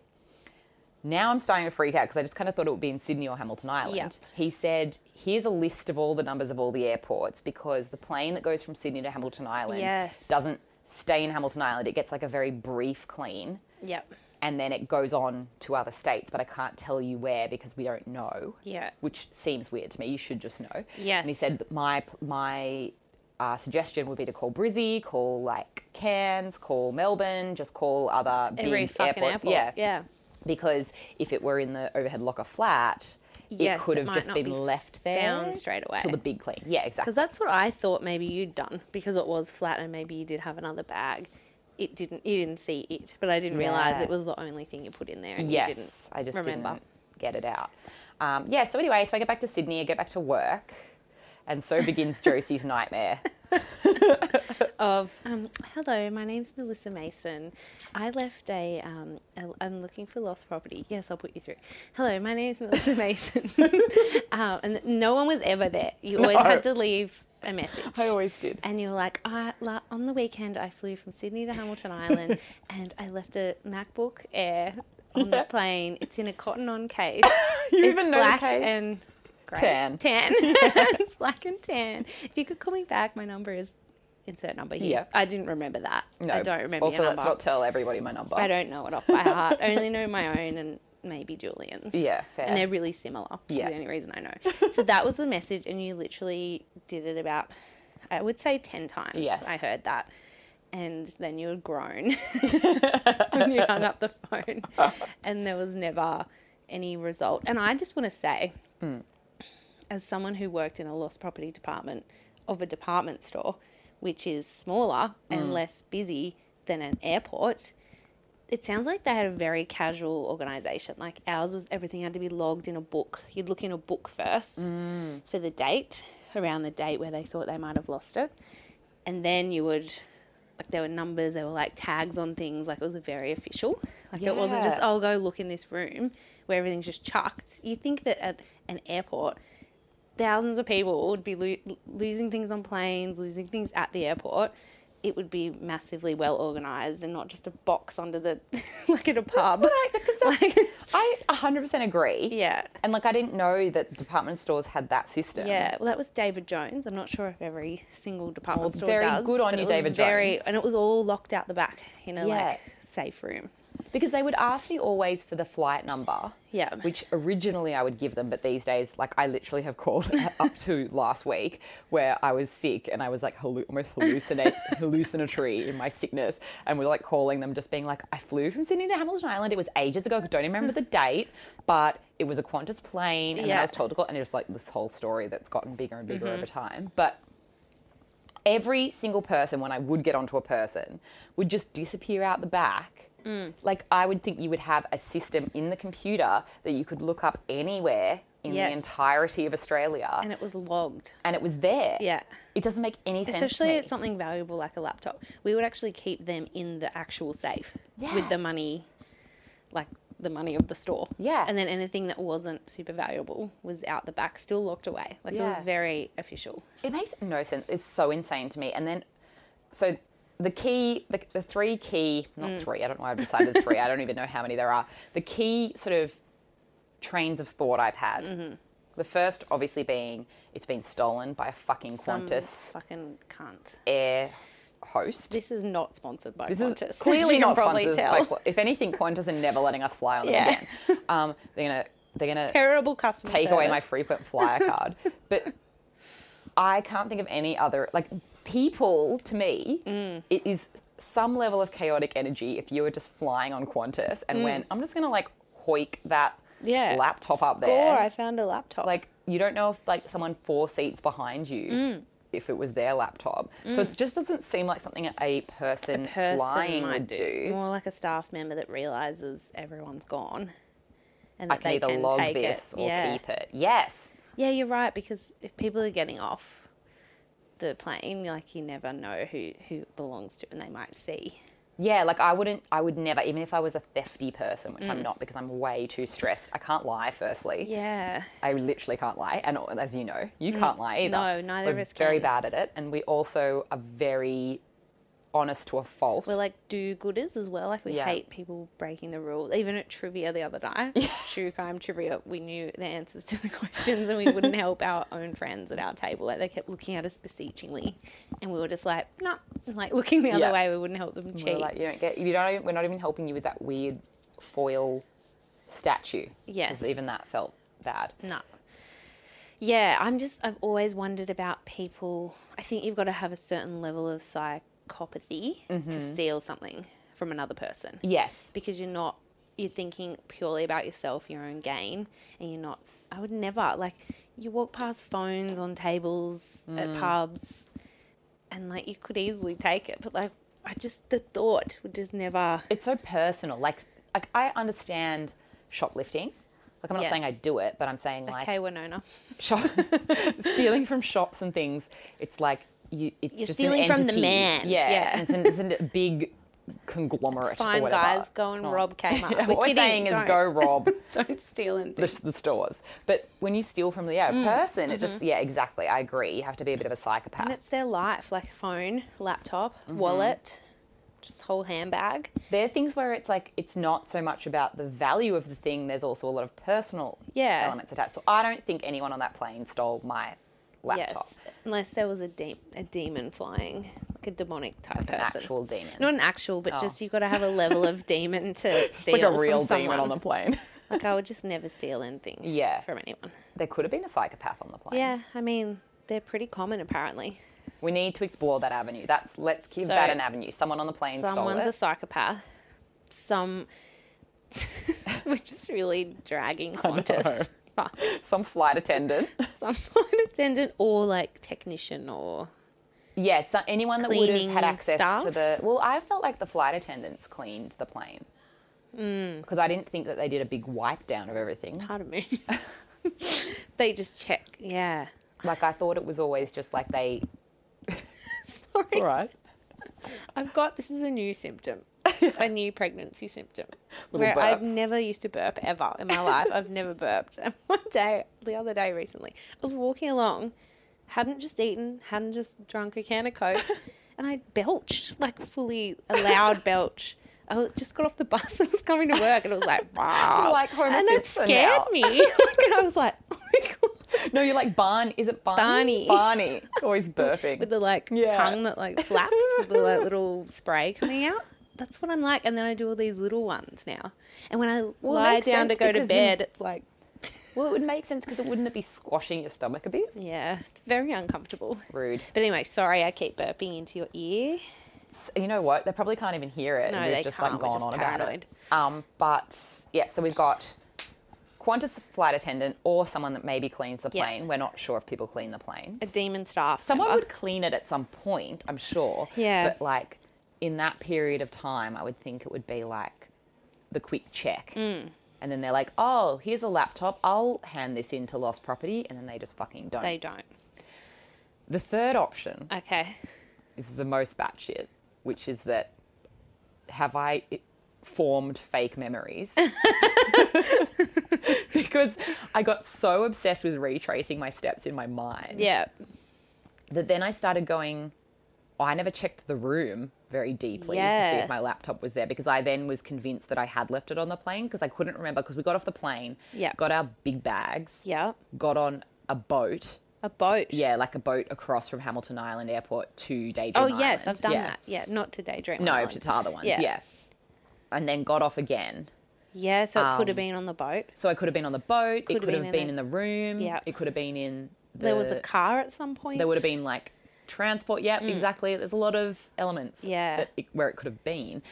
S1: Now I'm starting to freak out because I just kind of thought it would be in Sydney or Hamilton Island.
S2: Yep.
S1: He said, Here's a list of all the numbers of all the airports because the plane that goes from Sydney to Hamilton Island
S2: Yes.
S1: doesn't stay in Hamilton Island. It gets like a very brief clean
S2: Yep.
S1: and then it goes on to other states, but I can't tell you where because we don't know.
S2: Yeah.
S1: Which seems weird to me. You should just know.
S2: Yes.
S1: And he said that my my uh, suggestion would be to call Brizzy, call like Cairns, call Melbourne, just call other
S2: Every
S1: big
S2: fucking
S1: airports.
S2: airport.
S1: Yeah.
S2: Yeah.
S1: Because if it were in the overhead locker flat,
S2: Yes,
S1: it could
S2: it
S1: have
S2: might
S1: just
S2: not
S1: been
S2: be
S1: left there
S2: found straight away.
S1: till the big clean. Yeah, exactly.
S2: Because that's what I thought maybe you'd done because it was flat and maybe you did have another bag. It didn't. You didn't see it, but I didn't realize
S1: Yeah.
S2: it was the only thing you put in there. And
S1: yes,
S2: you didn't
S1: I just
S2: remember.
S1: didn't get it out. Um, yeah, so anyway, so I get back to Sydney, I get back to work, and
S2: <laughs>
S1: so begins Josie's nightmare.
S2: Of um, hello, my name's Melissa Mason. I left a. Um, a I'm looking for lost property. Yes, I'll put you through. Hello, my name's Melissa <laughs> Mason. um, and no one was ever there. You always
S1: No.
S2: had to leave a message.
S1: did.
S2: <laughs> and you were like, I, la, on the weekend, I flew from Sydney to Hamilton Island and I left a MacBook Air on the plane. It's in a cotton on case.
S1: You
S2: it's
S1: even know the
S2: black
S1: case.
S2: and grey.
S1: Tan. <laughs>
S2: Tan. it's black and tan. If you could call me back, my number is insert number here.
S1: Yeah.
S2: I didn't remember that. I don't remember
S1: Also,
S2: your
S1: let's
S2: number.
S1: not tell everybody my number.
S2: I don't know it off by heart. I only know my own and maybe Julian's.
S1: <laughs> Yeah, fair.
S2: And they're really similar. Yeah.
S1: Yeah.
S2: The only reason I know. <laughs> so that was the message, and you literally did it about, I would say, 10 times.
S1: Yes.
S2: I heard that. And then you would groan <laughs> when you hung up the
S1: <laughs>
S2: phone. And there was never any result. And I just want to say,
S1: Hmm.
S2: as someone who worked in a lost property department of a department store, which is smaller and less busy than an airport, it sounds like they had a very casual organization. Like ours was everything had to be logged in a book. You'd look in a book first for the date, around the date where they thought they might have lost it. And then you would, like, there were numbers, there were like tags on things. Like, it was very official. Like, it wasn't just,
S1: Yeah.
S2: oh, go look in this room where everything's just chucked. You think that at an airport, thousands of people would be lo- losing things on planes, losing things at the airport. It would be massively well organized and not just a box under the <laughs> like at a pub.
S1: But I, because that's,
S2: Like- <laughs>
S1: I 100% agree.
S2: yeah.
S1: And like, I didn't know that department stores had that system.
S2: Yeah, well, that was David Jones. I'm not sure if every single department
S1: Well,
S2: store
S1: very
S2: does.
S1: good on
S2: but
S1: you,
S2: it was
S1: David
S2: very,
S1: Jones.
S2: And it was all locked out the back in a
S1: Yeah.
S2: like safe room.
S1: Because they would ask me always for the flight number.
S2: Yeah.
S1: Which originally I would give them, but these days, like I literally have called <laughs> up to last week where I was sick and I was like hallu-
S2: <laughs>
S1: almost hallucinate hallucinatory in my sickness, and we were like calling them, just being like, I flew from Sydney to Hamilton Island. It was ages ago. I don't even remember the
S2: <laughs>
S1: date, but it was a Qantas plane, and then
S2: Yeah. Mm-hmm.
S1: I was told to call, and it's like this whole story that's gotten bigger and bigger over time, but. Every single person, when I would get onto a person, would just disappear out the back
S2: Mm.
S1: like I would think you would have a system in the computer that you could look up anywhere in
S2: Yes.
S1: the entirety of Australia,
S2: And
S1: and,
S2: it was logged.
S1: it was there.
S2: Yeah.
S1: it doesn't make any sense.
S2: Especially
S1: to me.
S2: at something valuable like a laptop. We would actually keep them in the actual safe with
S1: Yeah.
S2: the money, like the money of the store.
S1: Yeah.
S2: And then anything that wasn't super valuable was out the back, still locked away. Like it was
S1: Yeah.
S2: very official.
S1: it makes no sense. It's so insane to me. And then, so the key, the, the three key, not
S2: Mm.
S1: three. I don't know. why I've decided three. I don't even know how many there are. The key sort of trains of thought I've had.
S2: Mm-hmm.
S1: The first, obviously, being it's been stolen by a fucking
S2: Some
S1: Qantas
S2: fucking cunt.
S1: air host.
S2: This is not sponsored by
S1: This
S2: Qantas.
S1: is
S2: as
S1: clearly
S2: you can
S1: not
S2: probably
S1: sponsored
S2: tell.
S1: by Qantas. If anything, Qantas are never letting us fly on them
S2: Yeah.
S1: again. Um, they're gonna they're
S2: <laughs>
S1: gonna
S2: Terrible customer
S1: take away
S2: service.
S1: my
S2: <laughs>
S1: frequent flyer card. But I can't think of any other like people to me.
S2: Mm.
S1: It is some level of chaotic energy if you were just flying on Qantas and when I'm just gonna like hoik that
S2: Mm. yeah.
S1: laptop
S2: Score,
S1: up there.
S2: I found a laptop.
S1: Like you don't know if like someone four seats behind you.
S2: Mm.
S1: If it was their laptop, so it just doesn't seem like something a person,
S2: person
S1: flying
S2: might
S1: would do.
S2: More like a staff member that realizes everyone's gone. And
S1: I can
S2: they
S1: either log
S2: take
S1: this
S2: it.
S1: or
S2: yeah.
S1: keep it. Yes.
S2: Yeah, you're right because if people are getting off the plane, like you never know who who it belongs to, and they might see.
S1: Yeah, like I wouldn't, I would never, even if I was a thefty person, which I'm not because I'm way too stressed. I can't lie, firstly.
S2: Mm. Yeah, Mm.
S1: I literally can't lie. And as you know, you can't lie either.
S2: No, neither
S1: We're
S2: of us
S1: very
S2: can.
S1: bad at it. And we also are very honest to a fault.
S2: we're like do-gooders as well. Like we
S1: Yeah.
S2: hate people breaking the rules. Even at trivia the other night, <laughs> true crime trivia, we knew the answers to the <laughs> questions, and we wouldn't help our own friends at our table. Like they kept looking at us beseechingly, and we were just like, nah, like looking the other
S1: Yeah.
S2: way. We wouldn't help them
S1: We're
S2: cheat.
S1: like, you don't get, you don't, we're not even helping you with that weird foil statue. 'Cause
S2: Yes.
S1: Even that felt bad.
S2: No. Yeah, I'm just, I've always wondered about people. I think you've got to have a certain level of psychopathy
S1: Mm-hmm.
S2: to steal something from another person
S1: Yes.
S2: because you're not, you're thinking purely about yourself, your own gain, and you're not, I would never, like, you walk past phones on tables at
S1: Mm.
S2: pubs and, like, you could easily take it, but, like, I just, the thought would just never.
S1: it's so personal. Like, like I understand shoplifting. Like I'm not saying I
S2: Yes.
S1: do it, but I'm saying like
S2: Okay, Winona. <laughs>
S1: shop, <laughs> stealing from shops and things. It's like you. It's
S2: You're
S1: just
S2: stealing
S1: an
S2: from the
S1: entity.
S2: man.
S1: Yeah,
S2: Yeah.
S1: and It's, an, it's
S2: <laughs>
S1: an- a big conglomerate. or
S2: Fine,
S1: whatever.
S2: guys, go
S1: It's
S2: and
S1: not- <laughs>
S2: rob Kmart. We're
S1: What we're
S2: kidding,
S1: saying is
S2: don't. <laughs>
S1: go rob
S2: Don't steal anything.
S1: the, the stores. But when you steal from the yeah,
S2: Mm.
S1: person, it
S2: Mm-hmm.
S1: just yeah, exactly. I agree. You have to be a bit of a
S2: And
S1: psychopath.
S2: it's their life, like phone, laptop,
S1: Mm-hmm.
S2: wallet, just whole handbag.
S1: There are things where it's like it's not so much about the value of the thing. There's also a lot of personal
S2: Yeah.
S1: elements attached. So I don't think anyone on that plane stole my laptop.
S2: Yes, unless there was a de- a demon flying, like a demonic type
S1: an
S2: person.
S1: actual demon.
S2: Not an actual, but
S1: Oh.
S2: just you've got to have a level
S1: <laughs>
S2: of demon to
S1: it's like
S2: steal
S1: a real
S2: from someone.
S1: demon <laughs> on the plane.
S2: Like I would just never steal anything.
S1: Yeah.
S2: From anyone.
S1: there could have been a psychopath on the plane.
S2: Yeah, I mean they're pretty common apparently.
S1: We need to explore that avenue. That's let's give
S2: So-
S1: that an avenue. Someone on the plane stole
S2: Someone's
S1: it.
S2: a psychopath. Some. <laughs> We're just really dragging Qantas. Fuck.
S1: Some flight <laughs> attendant.
S2: Some flight <laughs> attendant or like technician or
S1: yeah, so anyone that would have
S2: Cleaning
S1: had access to
S2: staff?
S1: the. Well, I felt like the flight attendants cleaned the plane. Because I didn't think that they did a big wipe down of everything.
S2: pardon
S1: <laughs>
S2: me. <laughs> they just check. Yeah. <laughs>
S1: Like I thought it was always just like <laughs> they.
S2: Sorry.
S1: right.
S2: I've got this is a new
S1: <laughs>
S2: symptom, a new pregnancy symptom.
S1: Little
S2: where I've
S1: burps.
S2: never used to burp ever in my life. I've never burped. And <laughs> one day, the other day recently, I was walking along, hadn't just eaten, hadn't just drunk a can of
S1: <laughs>
S2: Coke, and I belched like fully a loud belch. I was- just got off the bus <laughs> and was coming to work, and it was
S1: <laughs>
S2: like, wow.
S1: like Homer
S2: and it
S1: Simpson
S2: scared
S1: now.
S2: me. <laughs> Like, and I was like, oh my God.
S1: <laughs> No, you're like Barney. Is it Barney?
S2: Barney.
S1: Barney. <laughs> Always burping.
S2: with the like
S1: Yeah.
S2: tongue that like flaps with the like, little spray coming out. That's what I'm like. And then I do all these little ones now. And when I lie
S1: makes
S2: down to
S1: sense
S2: go to
S1: because you-
S2: bed, it's like,
S1: well, it would make sense because it wouldn't it be squashing your stomach a bit?
S2: yeah, it's very uncomfortable. <laughs>
S1: Rude.
S2: But anyway, sorry, I keep burping into your ear.
S1: You know what? They probably can't even hear it.
S2: No,
S1: and we've
S2: they
S1: just like
S2: can't. We're
S1: gone
S2: just
S1: on about
S2: paranoid.
S1: it. Um, but yeah, so we've got Qantas flight attendant or someone that maybe cleans the
S2: Yeah.
S1: plane. We're not sure if people clean the plane.
S2: A demon staff.
S1: Someone
S2: member.
S1: would clean it at some point, I'm sure.
S2: Yeah.
S1: But like in that period of time, I would think it would be like the quick check.
S2: Mm.
S1: And then they're like, oh, here's a laptop. I'll hand this in to Lost Property. And then they just fucking don't.
S2: They don't.
S1: The third option
S2: Okay.
S1: is the most batshit, which is that have I i- formed
S2: <laughs>
S1: fake memories? because I got so obsessed with retracing my steps in my mind
S2: Yeah.
S1: that then I started going, oh, I never checked the room very deeply to
S2: Yeah.
S1: see if my laptop was there because I then was convinced that I had left it on the plane because I couldn't remember because we got off the plane,
S2: Yeah.
S1: got our big bags,
S2: Yeah.
S1: got on a boat.
S2: A boat.
S1: Yeah, like a boat across from Hamilton Island Airport to Daydream
S2: Oh, yes,
S1: Island.
S2: I've done
S1: Yeah.
S2: that. Yeah. Not to daydream.
S1: No,
S2: Island.
S1: to to other ones. Yeah.
S2: Yeah.
S1: And then got off again.
S2: Yeah. So it could
S1: Um,
S2: have been on the boat.
S1: So I could have been on the boat. it
S2: Could
S1: could have been, in,
S2: a-
S1: the room.
S2: Yeah.
S1: It could have been in. The,
S2: there was a car at some point.
S1: There would have been like transport. Yep, exactly. There's a lot of elements.
S2: Yeah.
S1: That it, where it could have been,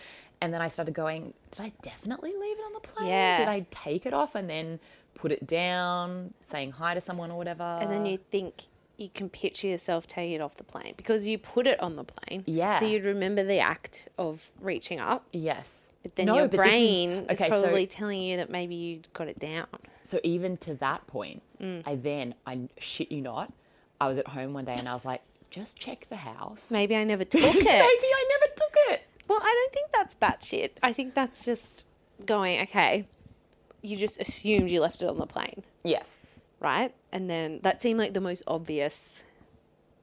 S1: and then I started going. Did I definitely leave it on the plane?
S2: Yeah.
S1: Did I take it off and then put it down, saying hi to someone or whatever?
S2: and then you think you can picture yourself taking it off the plane because you put it on the plane.
S1: Yeah.
S2: So you'd remember the act of reaching up,
S1: Yes.
S2: but then
S1: No,
S2: your
S1: but this is-
S2: brain is,
S1: okay, so-
S2: probably telling you that maybe you got it down.
S1: So even to that point, I then I shit you not, I was at home one day and I was like, just check the house. <laughs>
S2: Maybe I never took
S1: Maybe
S2: it.
S1: I never took it.
S2: Well, I don't think that's batshit. I think that's just going, okay, you just assumed you left it on the plane,
S1: Yes.
S2: right? And then that seemed like the most obvious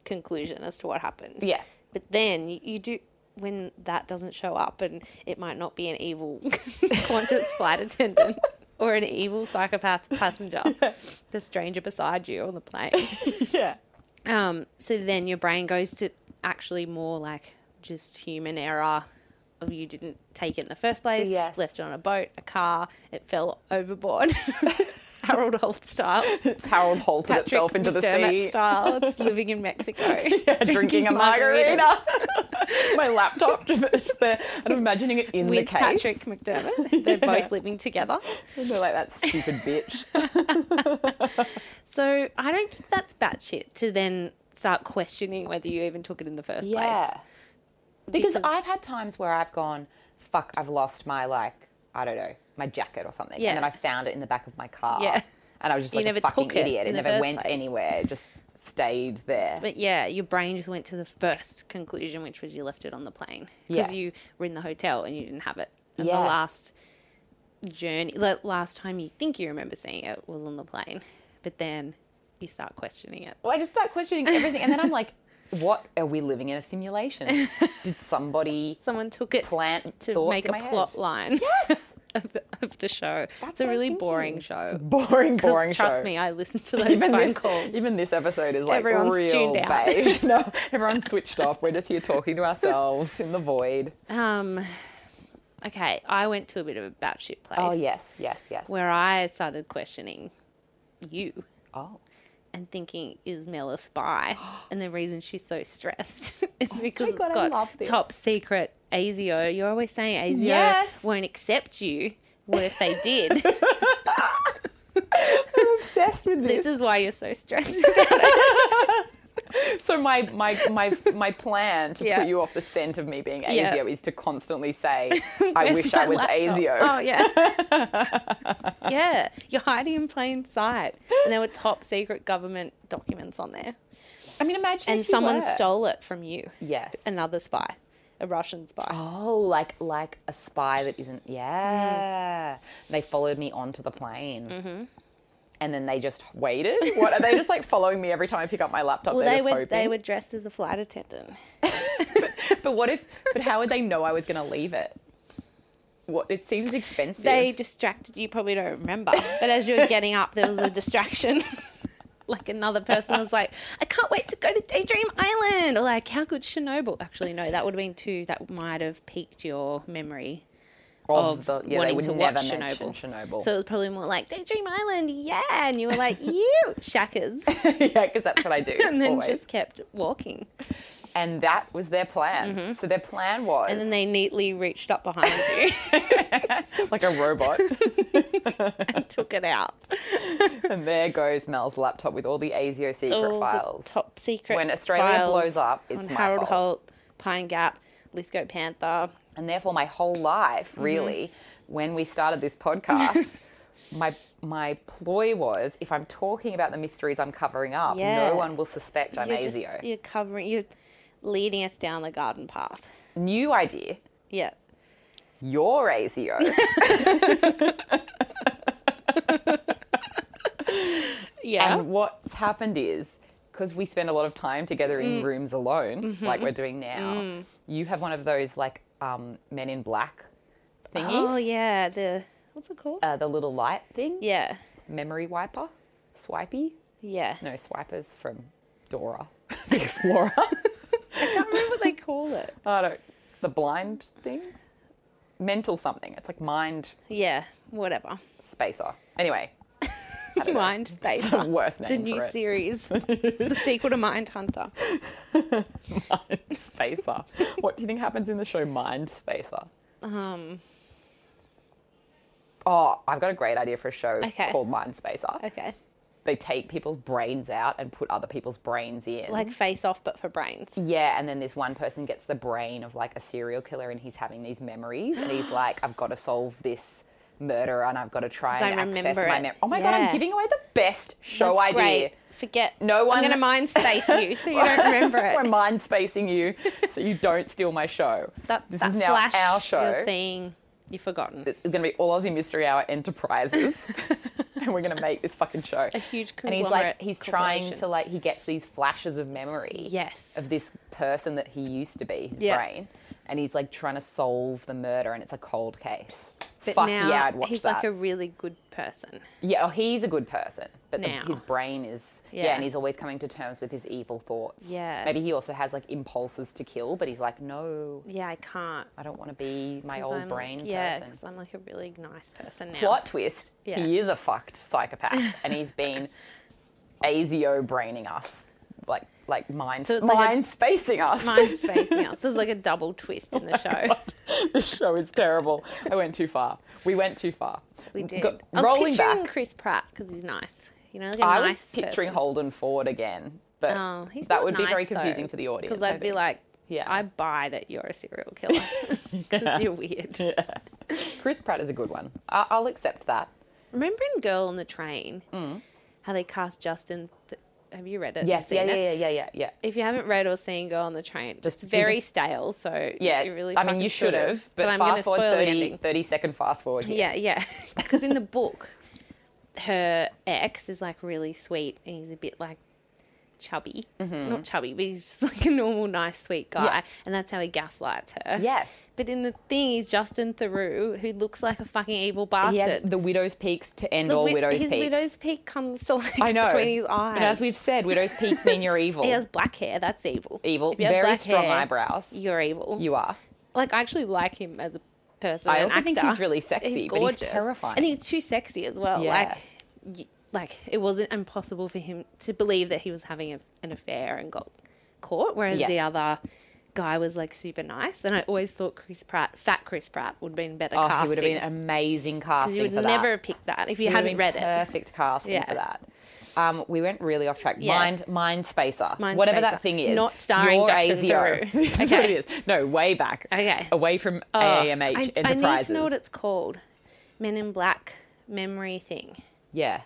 S2: conclusion as to what happened.
S1: Yes.
S2: But then you, you do when that doesn't show up, and it might not be an
S1: <laughs>
S2: evil Qantas flight attendant or an evil psychopath passenger,
S1: <laughs>
S2: the stranger beside you on the plane.
S1: Yeah.
S2: Um, so then your brain goes to actually more like just human error. Of you didn't take it in the first place.
S1: Yes.
S2: Left it on a boat, a car. It fell
S1: <laughs>
S2: overboard. Harold Holt style.
S1: It's Harold halted itself into the
S2: McDermott
S1: sea,
S2: style.
S1: <laughs>
S2: It's living in Mexico. <laughs>
S1: drinking, a
S2: margaritas.
S1: margarita. My laptop <laughs> just there. I'm imagining it in
S2: with
S1: the case.
S2: Patrick
S1: <laughs>
S2: McDermott. They're both living together.
S1: And they're like, that stupid bitch.
S2: So I don't think that's batshit to then start questioning whether you even took it in the first place.
S1: Because,
S2: Because-
S1: I've had times where I've gone, fuck, I've lost my, like, I don't know, my jacket or something.
S2: Yeah.
S1: And then I found it in the back of my car.
S2: Yeah.
S1: And I was just
S2: You
S1: like
S2: never
S1: a fucking
S2: took it
S1: idiot. It
S2: in the
S1: never
S2: first
S1: went
S2: place.
S1: anywhere. It just stayed there.
S2: But yeah, your brain just went to the first conclusion, which was you left it on the plane because
S1: Yes.
S2: you were in the hotel and you didn't have it. And
S1: Yes.
S2: the last journey, the last time you think you remember seeing it was on the plane, but then you start questioning it.
S1: Well, I just start questioning everything, and then I'm like, "What are we living in
S2: <laughs>
S1: a simulation? Did somebody
S2: Someone took it
S1: plant
S2: to
S1: thoughts
S2: make
S1: in
S2: a
S1: my head?
S2: plot line.
S1: <laughs> Yes,
S2: <laughs> of the, of the show. it's a
S1: what I'm
S2: really
S1: thinking.
S2: boring show.
S1: Boring,
S2: <laughs> 'Cause
S1: boring
S2: Trust
S1: show.
S2: me, I listen
S1: <laughs>
S2: to those
S1: even
S2: phone
S1: this,
S2: calls.
S1: Even this episode is like
S2: Everyone's
S1: real
S2: tuned out. <laughs>
S1: beige. <laughs> No, everyone's switched off. We're just here talking to ourselves in the void.
S2: Um, okay, I went to a bit of a batshit place.
S1: Oh, yes, yes.
S2: Where I started questioning you
S1: oh,
S2: and thinking, is Mel a
S1: <gasps>
S2: spy? and the reason she's so stressed <laughs> is because
S1: Oh God, I
S2: it's
S1: love
S2: got
S1: this.
S2: top secret ASIO. You're always saying ASIO
S1: Yes.
S2: won't accept you. What if they did?
S1: <laughs> I'm obsessed with
S2: this
S1: this.
S2: is why you're so
S1: <laughs>
S2: stressed.
S1: so my my my my plan to
S2: Yeah.
S1: put you off the scent of me being ASIO
S2: Yeah.
S1: is to
S2: <laughs>
S1: constantly say, "I
S2: Where's
S1: wish I
S2: my
S1: was
S2: laptop?
S1: ASIO."
S2: Oh yeah,
S1: <laughs>
S2: yeah. You're hiding in plain sight, and there were top secret government documents on there,
S1: I mean, imagine
S2: and
S1: if you
S2: someone
S1: were.
S2: stole it from you.
S1: Yes.
S2: another spy, a Russian spy.
S1: Oh, like like a spy that isn't. Yeah, they followed me onto the plane,
S2: Mm-hmm.
S1: and then they just <laughs> waited. What are they just like following me every time I pick up my laptop?
S2: well,
S1: they're
S2: they
S1: just
S2: were
S1: hoping.
S2: they were dressed as a flight attendant.
S1: But what if? But how would they know I was going to leave it? What it seems expensive.
S2: They distracted you. Probably don't remember, but as you were getting up, there was a distraction. <laughs> Like another person was like, I can't wait to go to Daydream Island. Or like, how good Chernobyl? Actually, no, that would have been too. That might have piqued your memory. of
S1: they
S2: wanting
S1: would
S2: to
S1: never
S2: watch
S1: mention
S2: Chernobyl.
S1: Chernobyl.
S2: So it was probably more like Daydream Island, yeah, and you were like, you
S1: <laughs>
S2: shackers,
S1: <laughs>
S2: <laughs>
S1: yeah, because that's what I do
S2: and then
S1: always.
S2: just kept walking,
S1: And that was their plan. So their plan was
S2: Mm-hmm. and then they neatly reached up behind you
S1: <laughs> like a
S2: <laughs>
S1: robot.
S2: and took it out.
S1: and there goes Mel's laptop with all the ASIO secret
S2: All Oh, the
S1: files.
S2: top secret.
S1: When Australia
S2: files
S1: blows up, it's
S2: on
S1: my
S2: Harold
S1: fault.
S2: Holt, Pine Gap, Lithgow Panther.
S1: and therefore my whole
S2: Mm-hmm.
S1: life really when we started
S2: <laughs>
S1: this podcast my my ploy was if i'm talking about the mysteries i'm covering up
S2: Yeah.
S1: no one will suspect i'm
S2: you're
S1: asio
S2: just you're covering. You're leading us down the garden path.
S1: new idea
S2: Yeah.
S1: you're asio
S2: Yeah.
S1: and what's happened is because we spend a lot of time together in
S2: Mm.
S1: rooms alone
S2: Mm-hmm.
S1: like we're doing now you have one of those like um, men in black thingies
S2: oh yeah. The what's it called?
S1: uh, the little light thing
S2: yeah.
S1: memory wiper swipey
S2: Yeah.
S1: no swipers from dora <laughs> the
S2: <laughs>
S1: explorer
S2: I can't remember what they call it.
S1: I don't. The blind thing? Mental something. It's like mind
S2: <laughs> Yeah, whatever.
S1: spacer. Anyway, <laughs> don't
S2: <laughs>
S1: know.
S2: Mind
S1: <laughs>
S2: Space.
S1: the worst name
S2: The
S1: for
S2: new
S1: it. <laughs>
S2: series. the sequel to Mind Hunter.
S1: Mind
S2: <laughs>
S1: spacer. what do you think happens in the show Mind Spacer?
S2: Um,
S1: Oh, I've got a great idea for a show
S2: Okay.
S1: called Mind Spacer.
S2: okay.
S1: They take people's brains out and put other people's brains in.
S2: Like face off but for brains.
S1: yeah, and then this one person gets the brain of like a serial killer and he's having these memories and he's like, I've got to solve this murder and I've got to try
S2: 'Cause I
S1: and access
S2: remember
S1: my
S2: it.
S1: memory. Oh my god, I'm
S2: Yeah.
S1: giving away the best show
S2: That's
S1: idea.
S2: great. Forget.
S1: No one-
S2: I'm going to mind space you so you
S1: <laughs>
S2: don't remember
S1: We're
S2: it.
S1: mind
S2: <laughs>
S1: spacing you so you don't steal my show.
S2: That,
S1: this
S2: that
S1: is now
S2: flash
S1: our show.
S2: You're seeing, you've forgotten.
S1: It's going to be all Aussie Mystery Hour Enterprises.
S2: <laughs>
S1: and we're going to make this fucking show.
S2: A huge
S1: And he's
S2: conglomerate
S1: like, he's trying to,
S2: corporation.
S1: like, he gets these flashes of memory.
S2: Yes.
S1: Of this person that he used to be, his
S2: Yeah.
S1: brain. And he's like trying to solve the murder and it's a cold case.
S2: But
S1: Fuck
S2: now
S1: yeah, I'd watch
S2: he's
S1: that.
S2: like a really good person.
S1: Yeah, oh, he's a good person, but the,
S2: Now.
S1: his brain is yeah.
S2: Yeah.
S1: and he's always coming to terms with his evil thoughts.
S2: Yeah.
S1: maybe he also has like impulses to kill, but he's like, no,
S2: Yeah, I can't.
S1: I don't want to be my
S2: 'cause
S1: old
S2: I'm
S1: brain
S2: like, yeah,
S1: person.
S2: because I'm like a really nice person now.
S1: Plot twist:
S2: Yeah.
S1: he is a
S2: <laughs>
S1: fucked psychopath, and he's been asio braining us, like like mind
S2: So it's like a-
S1: mind spacing us.
S2: Mind space now. So there's like a double twist
S1: <laughs> Oh
S2: in the show.
S1: this show is terrible. I went too far. We went too far.
S2: We did.
S1: Go-
S2: I was
S1: rolling
S2: picturing
S1: back.
S2: Chris Pratt because he's nice. You know, like a
S1: I was
S2: nice
S1: picturing
S2: person.
S1: Holden Ford again, but
S2: Oh, he's
S1: that
S2: not
S1: would be very
S2: nice, though,
S1: confusing for the audience.
S2: Because
S1: I
S2: I'd be
S1: think.
S2: like,
S1: Yeah.
S2: I buy that you're a serial killer <laughs> because you're weird.
S1: <laughs> <laughs> Chris Pratt is a good one. I- I'll accept that.
S2: Remember in Girl on the Train how they cast Justin? Th- have you read it? and
S1: Mm. Yes, yeah,
S2: seen
S1: yeah,
S2: it?
S1: yeah, yeah, yeah, yeah.
S2: If you haven't read or seen Girl on the Train,
S1: Just
S2: it's very stale. So
S1: Yeah,
S2: you really.
S1: I mean,
S2: fucking
S1: you should
S2: should've,
S1: have, but,
S2: I'm gonna
S1: fast forward
S2: spoil the
S1: 30,
S2: ending.
S1: 30 second fast forward. Here.
S2: Yeah, yeah. <laughs> Because in the book, her ex is like really sweet and he's a bit like chubby, not chubby, but he's just <laughs> like a normal, nice, sweet guy,
S1: Mm-hmm. Yeah.
S2: and that's how he gaslights her.
S1: Yes.
S2: But in the thing is Justin Theroux, who looks like a fucking evil bastard.
S1: He has the widow's peaks to end
S2: The
S1: all
S2: wi-
S1: widow's
S2: his
S1: peaks.
S2: widow's peak comes to like
S1: <laughs> I know.
S2: between his eyes.
S1: But as we've said, widow's peaks mean you're
S2: <laughs>
S1: evil.
S2: he has black hair. That's evil.
S1: evil.
S2: If you have
S1: Very
S2: black
S1: strong
S2: hair,
S1: eyebrows.
S2: You're evil.
S1: You are.
S2: like I actually like him as a person.
S1: I
S2: an
S1: also think
S2: actor.
S1: he's really sexy, but he's terrifying.
S2: and he's too sexy as well.
S1: Yeah.
S2: Like, y- like it wasn't impossible for him to believe that he was having a, an affair and got caught, whereas the
S1: Yes.
S2: other guy was like super nice. And I always thought Chris Pratt, fat Chris Pratt, would have been better
S1: Oh,
S2: casting.
S1: he would have been amazing casting
S2: you would
S1: for that.
S2: never have picked that if you
S1: He
S2: hadn't
S1: would
S2: read
S1: have been
S2: it.
S1: Perfect casting
S2: Yeah.
S1: for that. Um, we went really off track.
S2: Yeah.
S1: Mind, mind spacer,
S2: Mind
S1: whatever
S2: Spacer.
S1: that thing is.
S2: Not starring
S1: Your
S2: Justin
S1: ASIO. <laughs>
S2: Theroux.
S1: That's what it
S2: Okay.
S1: is. No, way back.
S2: Okay.
S1: Away from
S2: Oh,
S1: AMH
S2: I, I
S1: Enterprises.
S2: need to know what it's called. Men in Black memory thing.
S1: yeah.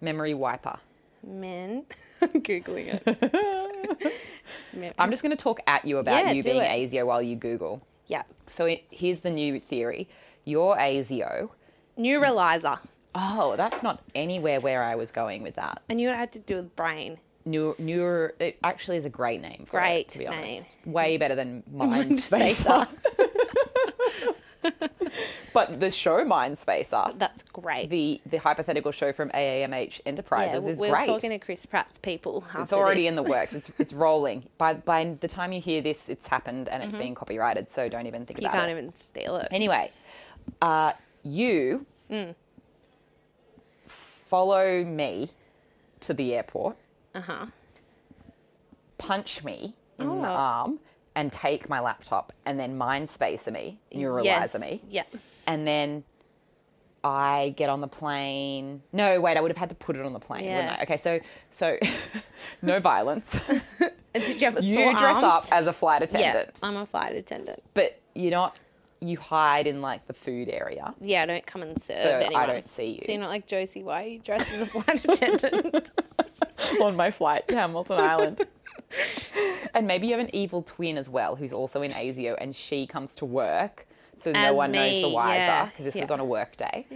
S1: Memory wiper.
S2: Men. <laughs> I'm googling it.
S1: <laughs>
S2: Mem-
S1: I'm just going to talk at you about
S2: Yeah,
S1: you
S2: do
S1: being
S2: it.
S1: ASIO while you Google.
S2: yeah.
S1: So it, here's the new theory. You're ASIO.
S2: Neuralizer.
S1: Oh, that's not anywhere where I was going with that.
S2: I knew it had to do with brain.
S1: New, newer. It actually is a great name. For
S2: Great
S1: it, to be honest.
S2: name.
S1: Way
S2: <laughs>
S1: better than Mind
S2: Spacer.
S1: Spacer. <laughs> but the show Mind Spacer,
S2: That's great.
S1: the the hypothetical show from AAMH Enterprises,
S2: we-
S1: is
S2: we're
S1: great.
S2: talking to Chris Pratt's people.
S1: it's already in the works. It's it's rolling. By by the time you hear this, it's happened and it's being copyrighted. So don't even think
S2: Mm-hmm. You
S1: about
S2: can't
S1: it.
S2: even steal it.
S1: Anyway, uh, you follow me to the airport,
S2: Uh huh.
S1: punch me in the
S2: Oh.
S1: arm, and take my laptop, and then mind spacer me, neuralizer me,
S2: Yeah. <laughs>
S1: and then I get on the plane. No, wait, I would have had to put it on the plane,
S2: Yeah.
S1: wouldn't I? Okay, so so <laughs>
S2: <laughs>
S1: no violence.
S2: And did you have a
S1: you
S2: sore
S1: dress
S2: arm?
S1: up as a flight attendant,
S2: Yeah. I'm a flight attendant.
S1: but you're not. You hide in like the food area.
S2: Yeah, I don't come and serve
S1: So I
S2: anyone.
S1: don't see you.
S2: So you're not like Josie. Why are you dressed as a flight
S1: <laughs>
S2: attendant?
S1: on my flight to Hamilton Island. <laughs> and maybe you have an evil twin as well who's also in ASIO and she comes to work. So
S2: As
S1: no one knows the
S2: me,
S1: wiser
S2: yeah,
S1: because this
S2: yeah.
S1: was on a
S2: <laughs>
S1: work day.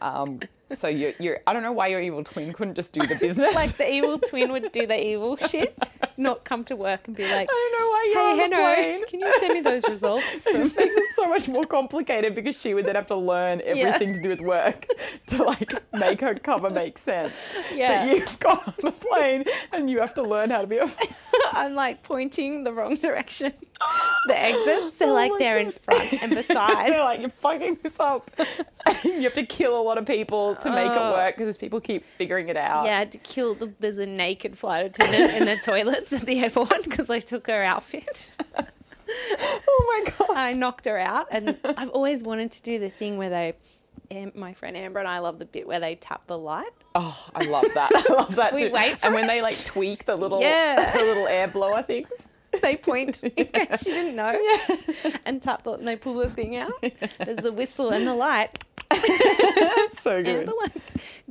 S1: Um, so you're, you're, I don't know why your evil twin couldn't
S2: <laughs>
S1: just do the business.
S2: like the evil twin would do the evil shit, not come to work and be like, "Hey,
S1: <laughs> I don't know why you're on
S2: Hanno,
S1: the plane.
S2: can you send me those results?"
S1: <laughs> It just makes it so
S2: <laughs>
S1: much more complicated because she would then have to learn everything to do with work <laughs> to like make her cover make sense.
S2: Yeah.
S1: But you've got on the plane and you have to learn how to be a
S2: <laughs> I'm like pointing the wrong
S1: <laughs>
S2: direction. The exits, they're
S1: Oh
S2: like
S1: my
S2: they're in
S1: God.
S2: front and
S1: They're <laughs>
S2: beside.
S1: like, you're fucking this up. <laughs> you have to kill a lot of people to make it
S2: Oh.
S1: work because people keep figuring it out.
S2: Yeah, I had to kill. The, there's a naked flight attendant in the toilets at the airport <laughs> because I took her outfit.
S1: <laughs> Oh my god.
S2: I knocked her out, and I've always wanted to do the thing where they, Am- my friend Amber and I love the bit where they tap the light.
S1: Oh, I love that. <laughs> I love that
S2: We
S1: too.
S2: wait for
S1: and when they like tweak the little
S2: Yeah.
S1: the little air blower things.
S2: They
S1: <laughs>
S2: point <laughs> in case you didn't know, and tap the, and they pull the thing out. There's the whistle and the light.
S1: <laughs> That's so good.
S2: Amber like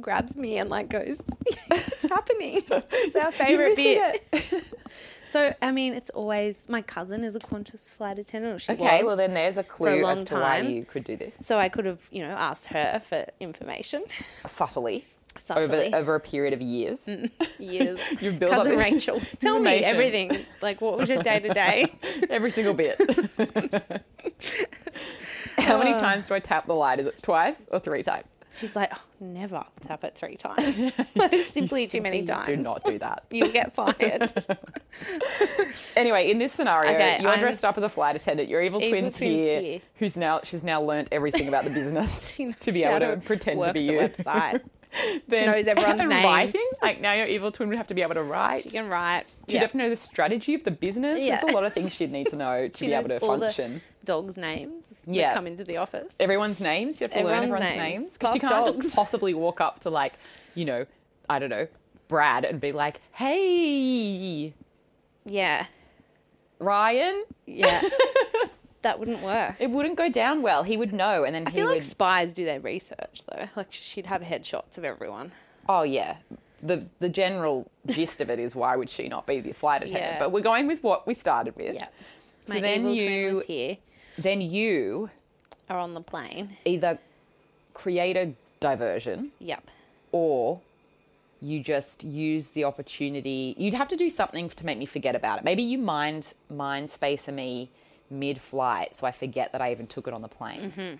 S2: grabs me and like goes, <laughs> "It's
S1: <laughs>
S2: happening." It's our favorite
S1: You're
S2: bit.
S1: missing it.
S2: So I mean, it's always my cousin is a conscious flight attendant. Or she
S1: Okay,
S2: was.
S1: well then there's a clue
S2: long
S1: as to why
S2: time.
S1: you could do this
S2: so I could have, you know, asked her for information <laughs>
S1: subtly,
S2: subtly.
S1: over over a period of <laughs> years.
S2: years.
S1: You've built
S2: <laughs>
S1: up
S2: cousin
S1: this
S2: Rachel, tell me
S1: information.
S2: everything. Like, what was your day to day?
S1: <laughs> Every single bit. How many times do I tap the light? Is it twice or three times?
S2: She's like, oh, never tap it three
S1: <laughs>
S2: times. <laughs> That is simply too many
S1: Simply
S2: times. <laughs>
S1: Do not do that.
S2: You'll get fired.
S1: <laughs> Anyway, in this scenario,
S2: Okay,
S1: you're
S2: I'm-
S1: dressed up as a flight attendant. Your evil,
S2: Evil
S1: twin's,
S2: twin's
S1: here,
S2: here.
S1: who's now she's now learnt
S2: <laughs>
S1: everything about the business
S2: She
S1: to be
S2: knows
S1: able
S2: how
S1: to,
S2: to
S1: pretend to
S2: work
S1: be
S2: the
S1: you. <laughs>
S2: website.
S1: Then,
S2: knows everyone's
S1: <laughs> and
S2: names. <laughs>
S1: Writing, like now your evil twin would have to be able to write.
S2: She can write.
S1: She'd have to know the strategy of the business.
S2: Yeah.
S1: There's a lot of things she'd need
S2: <laughs>
S1: to know to
S2: She
S1: be able
S2: knows
S1: to
S2: all
S1: function.
S2: the dogs' names.
S1: Yeah.
S2: That come into the office.
S1: Everyone's names. You have to learn
S2: Everyone's
S1: everyone's
S2: names.
S1: names because you
S2: Plus
S1: can't
S2: dogs.
S1: just possibly walk up to like, you know, I don't know, Brad and be like, "Hey, <laughs>
S2: yeah.
S1: Ryan."
S2: Yeah. that wouldn't work.
S1: It wouldn't go down well. He would know, and then
S2: I
S1: he
S2: feel
S1: would.
S2: like spies do their research though. <laughs> Like she'd have headshots of everyone.
S1: Oh yeah. The the general gist of it is why would she not be the flight attendant?
S2: Yeah.
S1: But we're going with what we started with.
S2: <laughs> My
S1: So then
S2: evil twin
S1: you
S2: was here
S1: then you
S2: are on the plane.
S1: either create a diversion
S2: Yep.
S1: or you just use the opportunity. You'd have to do something to make me forget about it. Maybe you mind mind spacer me mid flight so I forget that I even took it on the plane.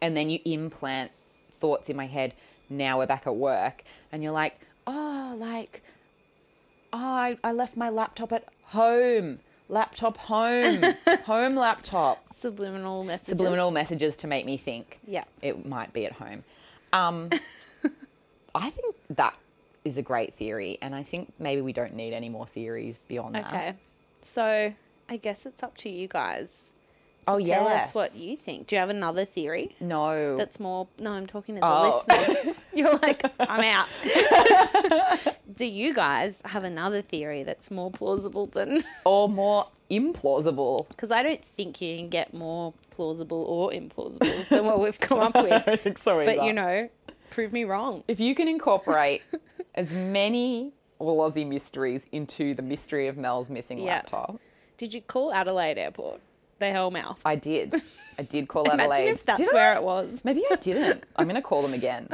S1: And then you implant thoughts in my head. Now we're back at work and you're like, "Oh, like oh, I, I left my laptop at home. Laptop home. home laptop."
S2: Subliminal messages.
S1: subliminal messages to make me think
S2: Yeah.
S1: it might be at home. Um, <laughs> I think that is a great theory, and I think maybe we don't need any more theories beyond that.
S2: Okay. So I guess it's up to you guys.
S1: Oh
S2: Tell
S1: yes.
S2: us what you think. Do you have another theory
S1: No.
S2: that's more? No, I'm talking to the
S1: Oh. <laughs>
S2: listeners. <laughs> You're like, I'm out. <laughs> Do you guys have another theory that's more plausible than? <laughs>
S1: or more implausible.
S2: Because I don't think you can get more plausible or implausible than what we've come up
S1: <laughs>
S2: with.
S1: Sorry,
S2: But you know, prove me wrong.
S1: if you can incorporate <laughs> as many All Aussie mysteries into the mystery of Mel's missing
S2: Yeah.
S1: laptop,
S2: Did you call Adelaide Airport? The hell mouth.
S1: I did. I did call
S2: Imagine
S1: Adelaide.
S2: if that's
S1: Did I?
S2: where it was.
S1: Maybe I didn't. I'm gonna call
S2: <laughs>
S1: them again.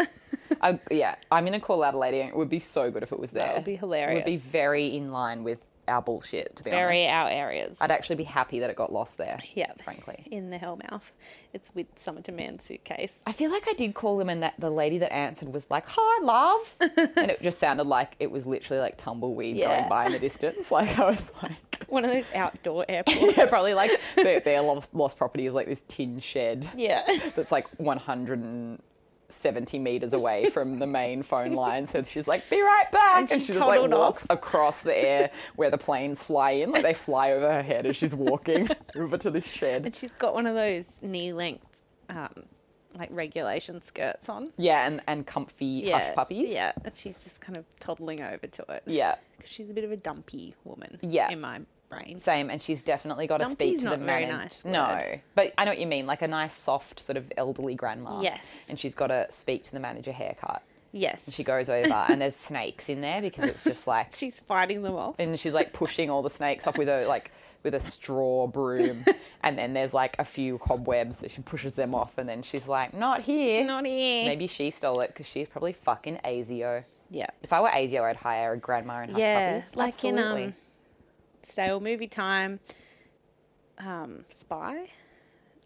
S1: I, yeah, I'm gonna call Adelaide. It would be so good if it was there.
S2: would be
S1: It would be
S2: hilarious.
S1: very in line with our bullshit. To be
S2: Very
S1: honest,
S2: our areas.
S1: I'd actually be happy that it got lost there.
S2: Yeah.
S1: frankly.
S2: In the Hellmouth. It's with Summerton Man's suitcase.
S1: I feel like I did call them, and that the lady that answered was like,
S2: <laughs>
S1: "Hi, love," and it just sounded like it was literally like tumbleweed
S2: Yeah.
S1: going by in the distance. <laughs> Like I was like,
S2: One of those
S1: <laughs>
S2: outdoor airports.
S1: yeah, probably like their, their lost, lost property is like this tin shed
S2: <laughs> yeah.
S1: that's like 170
S2: <laughs>
S1: meters away from the main phone line. So she's like, be right back.
S2: And
S1: And,
S2: she
S1: she, just like
S2: toddled
S1: walks across the air
S2: <laughs>
S1: where the planes fly in. Like they fly over her head as
S2: <laughs>
S1: she's walking <laughs> over to this
S2: And
S1: shed.
S2: she's got one of those knee length, um, like regulation skirts on.
S1: Yeah, and, and comfy
S2: Yeah.
S1: hush puppies.
S2: Yeah. And she's just kind of toddling over to it.
S1: Yeah.
S2: Because she's a bit of a dumpy woman.
S1: Yeah.
S2: In my brain.
S1: Same, and she's definitely got to speak
S2: Dumpy's
S1: to
S2: not
S1: the
S2: a
S1: man.
S2: very
S1: and-
S2: nice
S1: No,
S2: word.
S1: but I know what you mean, like a nice, soft, sort of elderly grandma.
S2: Yes.
S1: and she's got to speak to the manager haircut.
S2: Yes.
S1: She goes over, and there's snakes in there because it's
S2: <laughs>
S1: just like
S2: She's fighting them off.
S1: and she's like pushing all the snakes off with a like with a
S2: <laughs>
S1: straw broom and then there's like a few cobwebs that she pushes them off and then she's like not here
S2: Not here.
S1: maybe she stole it because she's probably fucking asio
S2: Yeah.
S1: if i were asio i'd hire a grandma and hush
S2: Yeah.
S1: puppies
S2: Like
S1: absolutely
S2: in um, stale movie time, um, Spy,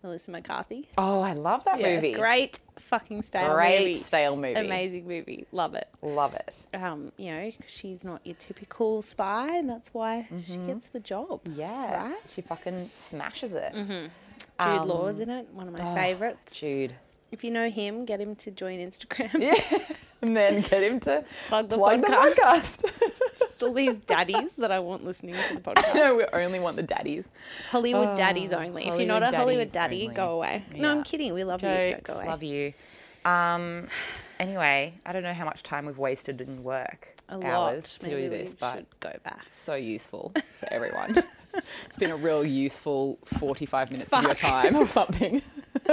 S2: Melissa McCarthy.
S1: oh i love that
S2: Yeah,
S1: movie
S2: Great fucking stale
S1: Great
S2: movie.
S1: stale movie.
S2: Amazing movie. Love it.
S1: love it
S2: Um, you know, 'cause she's not your typical spy, and that's why she
S1: Mm-hmm.
S2: gets the job.
S1: yeah
S2: Right?
S1: she fucking smashes it
S2: Jude
S1: Um,
S2: Law's in it, one of my
S1: oh,
S2: favorites.
S1: jude
S2: If you know him, get him to join Instagram.
S1: <laughs>
S2: <laughs>
S1: and then get him to
S2: Plug the
S1: plug
S2: podcast.
S1: the podcast <laughs>
S2: Just all these daddies that I want listening to the podcast.
S1: no we only want the daddies
S2: Hollywood daddies
S1: Oh,
S2: only. if you're not a
S1: Hollywood
S2: Hollywood daddy,
S1: daddies
S2: go
S1: only.
S2: away. No, I'm
S1: Yeah.
S2: kidding. We love you. Don't
S1: jokes.
S2: go away.
S1: Love you. Um, anyway, I don't know how much time we've wasted in work
S2: a lot.
S1: hours to
S2: Maybe
S1: do this,
S2: we
S1: but
S2: should go back. <laughs>
S1: so useful for everyone. it's been a real useful 45 minutes of your
S2: Fuck.
S1: time or something. <laughs>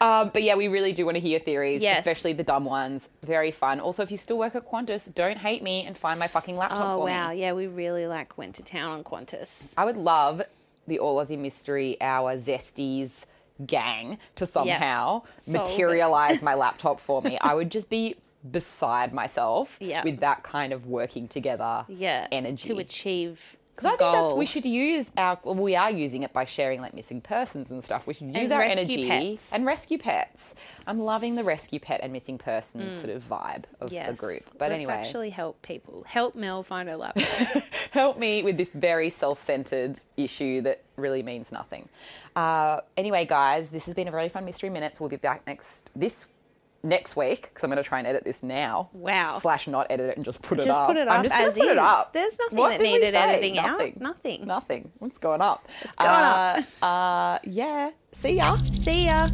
S1: um, but yeah, we really do want to hear theories,
S2: Yes.
S1: especially the dumb ones. Very fun. Also, if you still work at Qantas, don't hate me and find my fucking laptop
S2: Oh
S1: for
S2: wow,
S1: me.
S2: yeah, we really like went to town on Qantas.
S1: I would love the All Aussie Mystery Hour Zesties gang to somehow
S2: Solve it. <laughs>
S1: materialize my laptop for me. I would just be beside myself
S2: Yeah.
S1: with that kind of working together
S2: Yeah,
S1: energy.
S2: to achieve.
S1: because I think that's we
S2: goal.
S1: should use our well, we are using it by sharing like missing persons and stuff. We should use
S2: And
S1: our
S2: rescue
S1: energy
S2: pets.
S1: and rescue pets. I'm loving the rescue pet and missing persons sort of vibe of the
S2: Mm. Yes.
S1: group. But
S2: Let's
S1: anyway,
S2: actually help people. Help Mel find her laptop.
S1: <laughs> help me with this very self-centered issue that really means nothing. Uh, anyway, guys, this has been a really fun mystery minutes. We'll be back next this next week because I'm going to try and edit this now.
S2: Wow.
S1: Slash, not edit it and just put it
S2: just
S1: up.
S2: put it up
S1: I'm just gonna
S2: as
S1: put
S2: is.
S1: it up.
S2: There's nothing
S1: What
S2: that
S1: did we
S2: needed
S1: say?
S2: editing
S1: Nothing.
S2: out. Nothing.
S1: Nothing. It's going up. It's
S2: going up.
S1: Uh, yeah. Uh, See ya.
S2: See ya.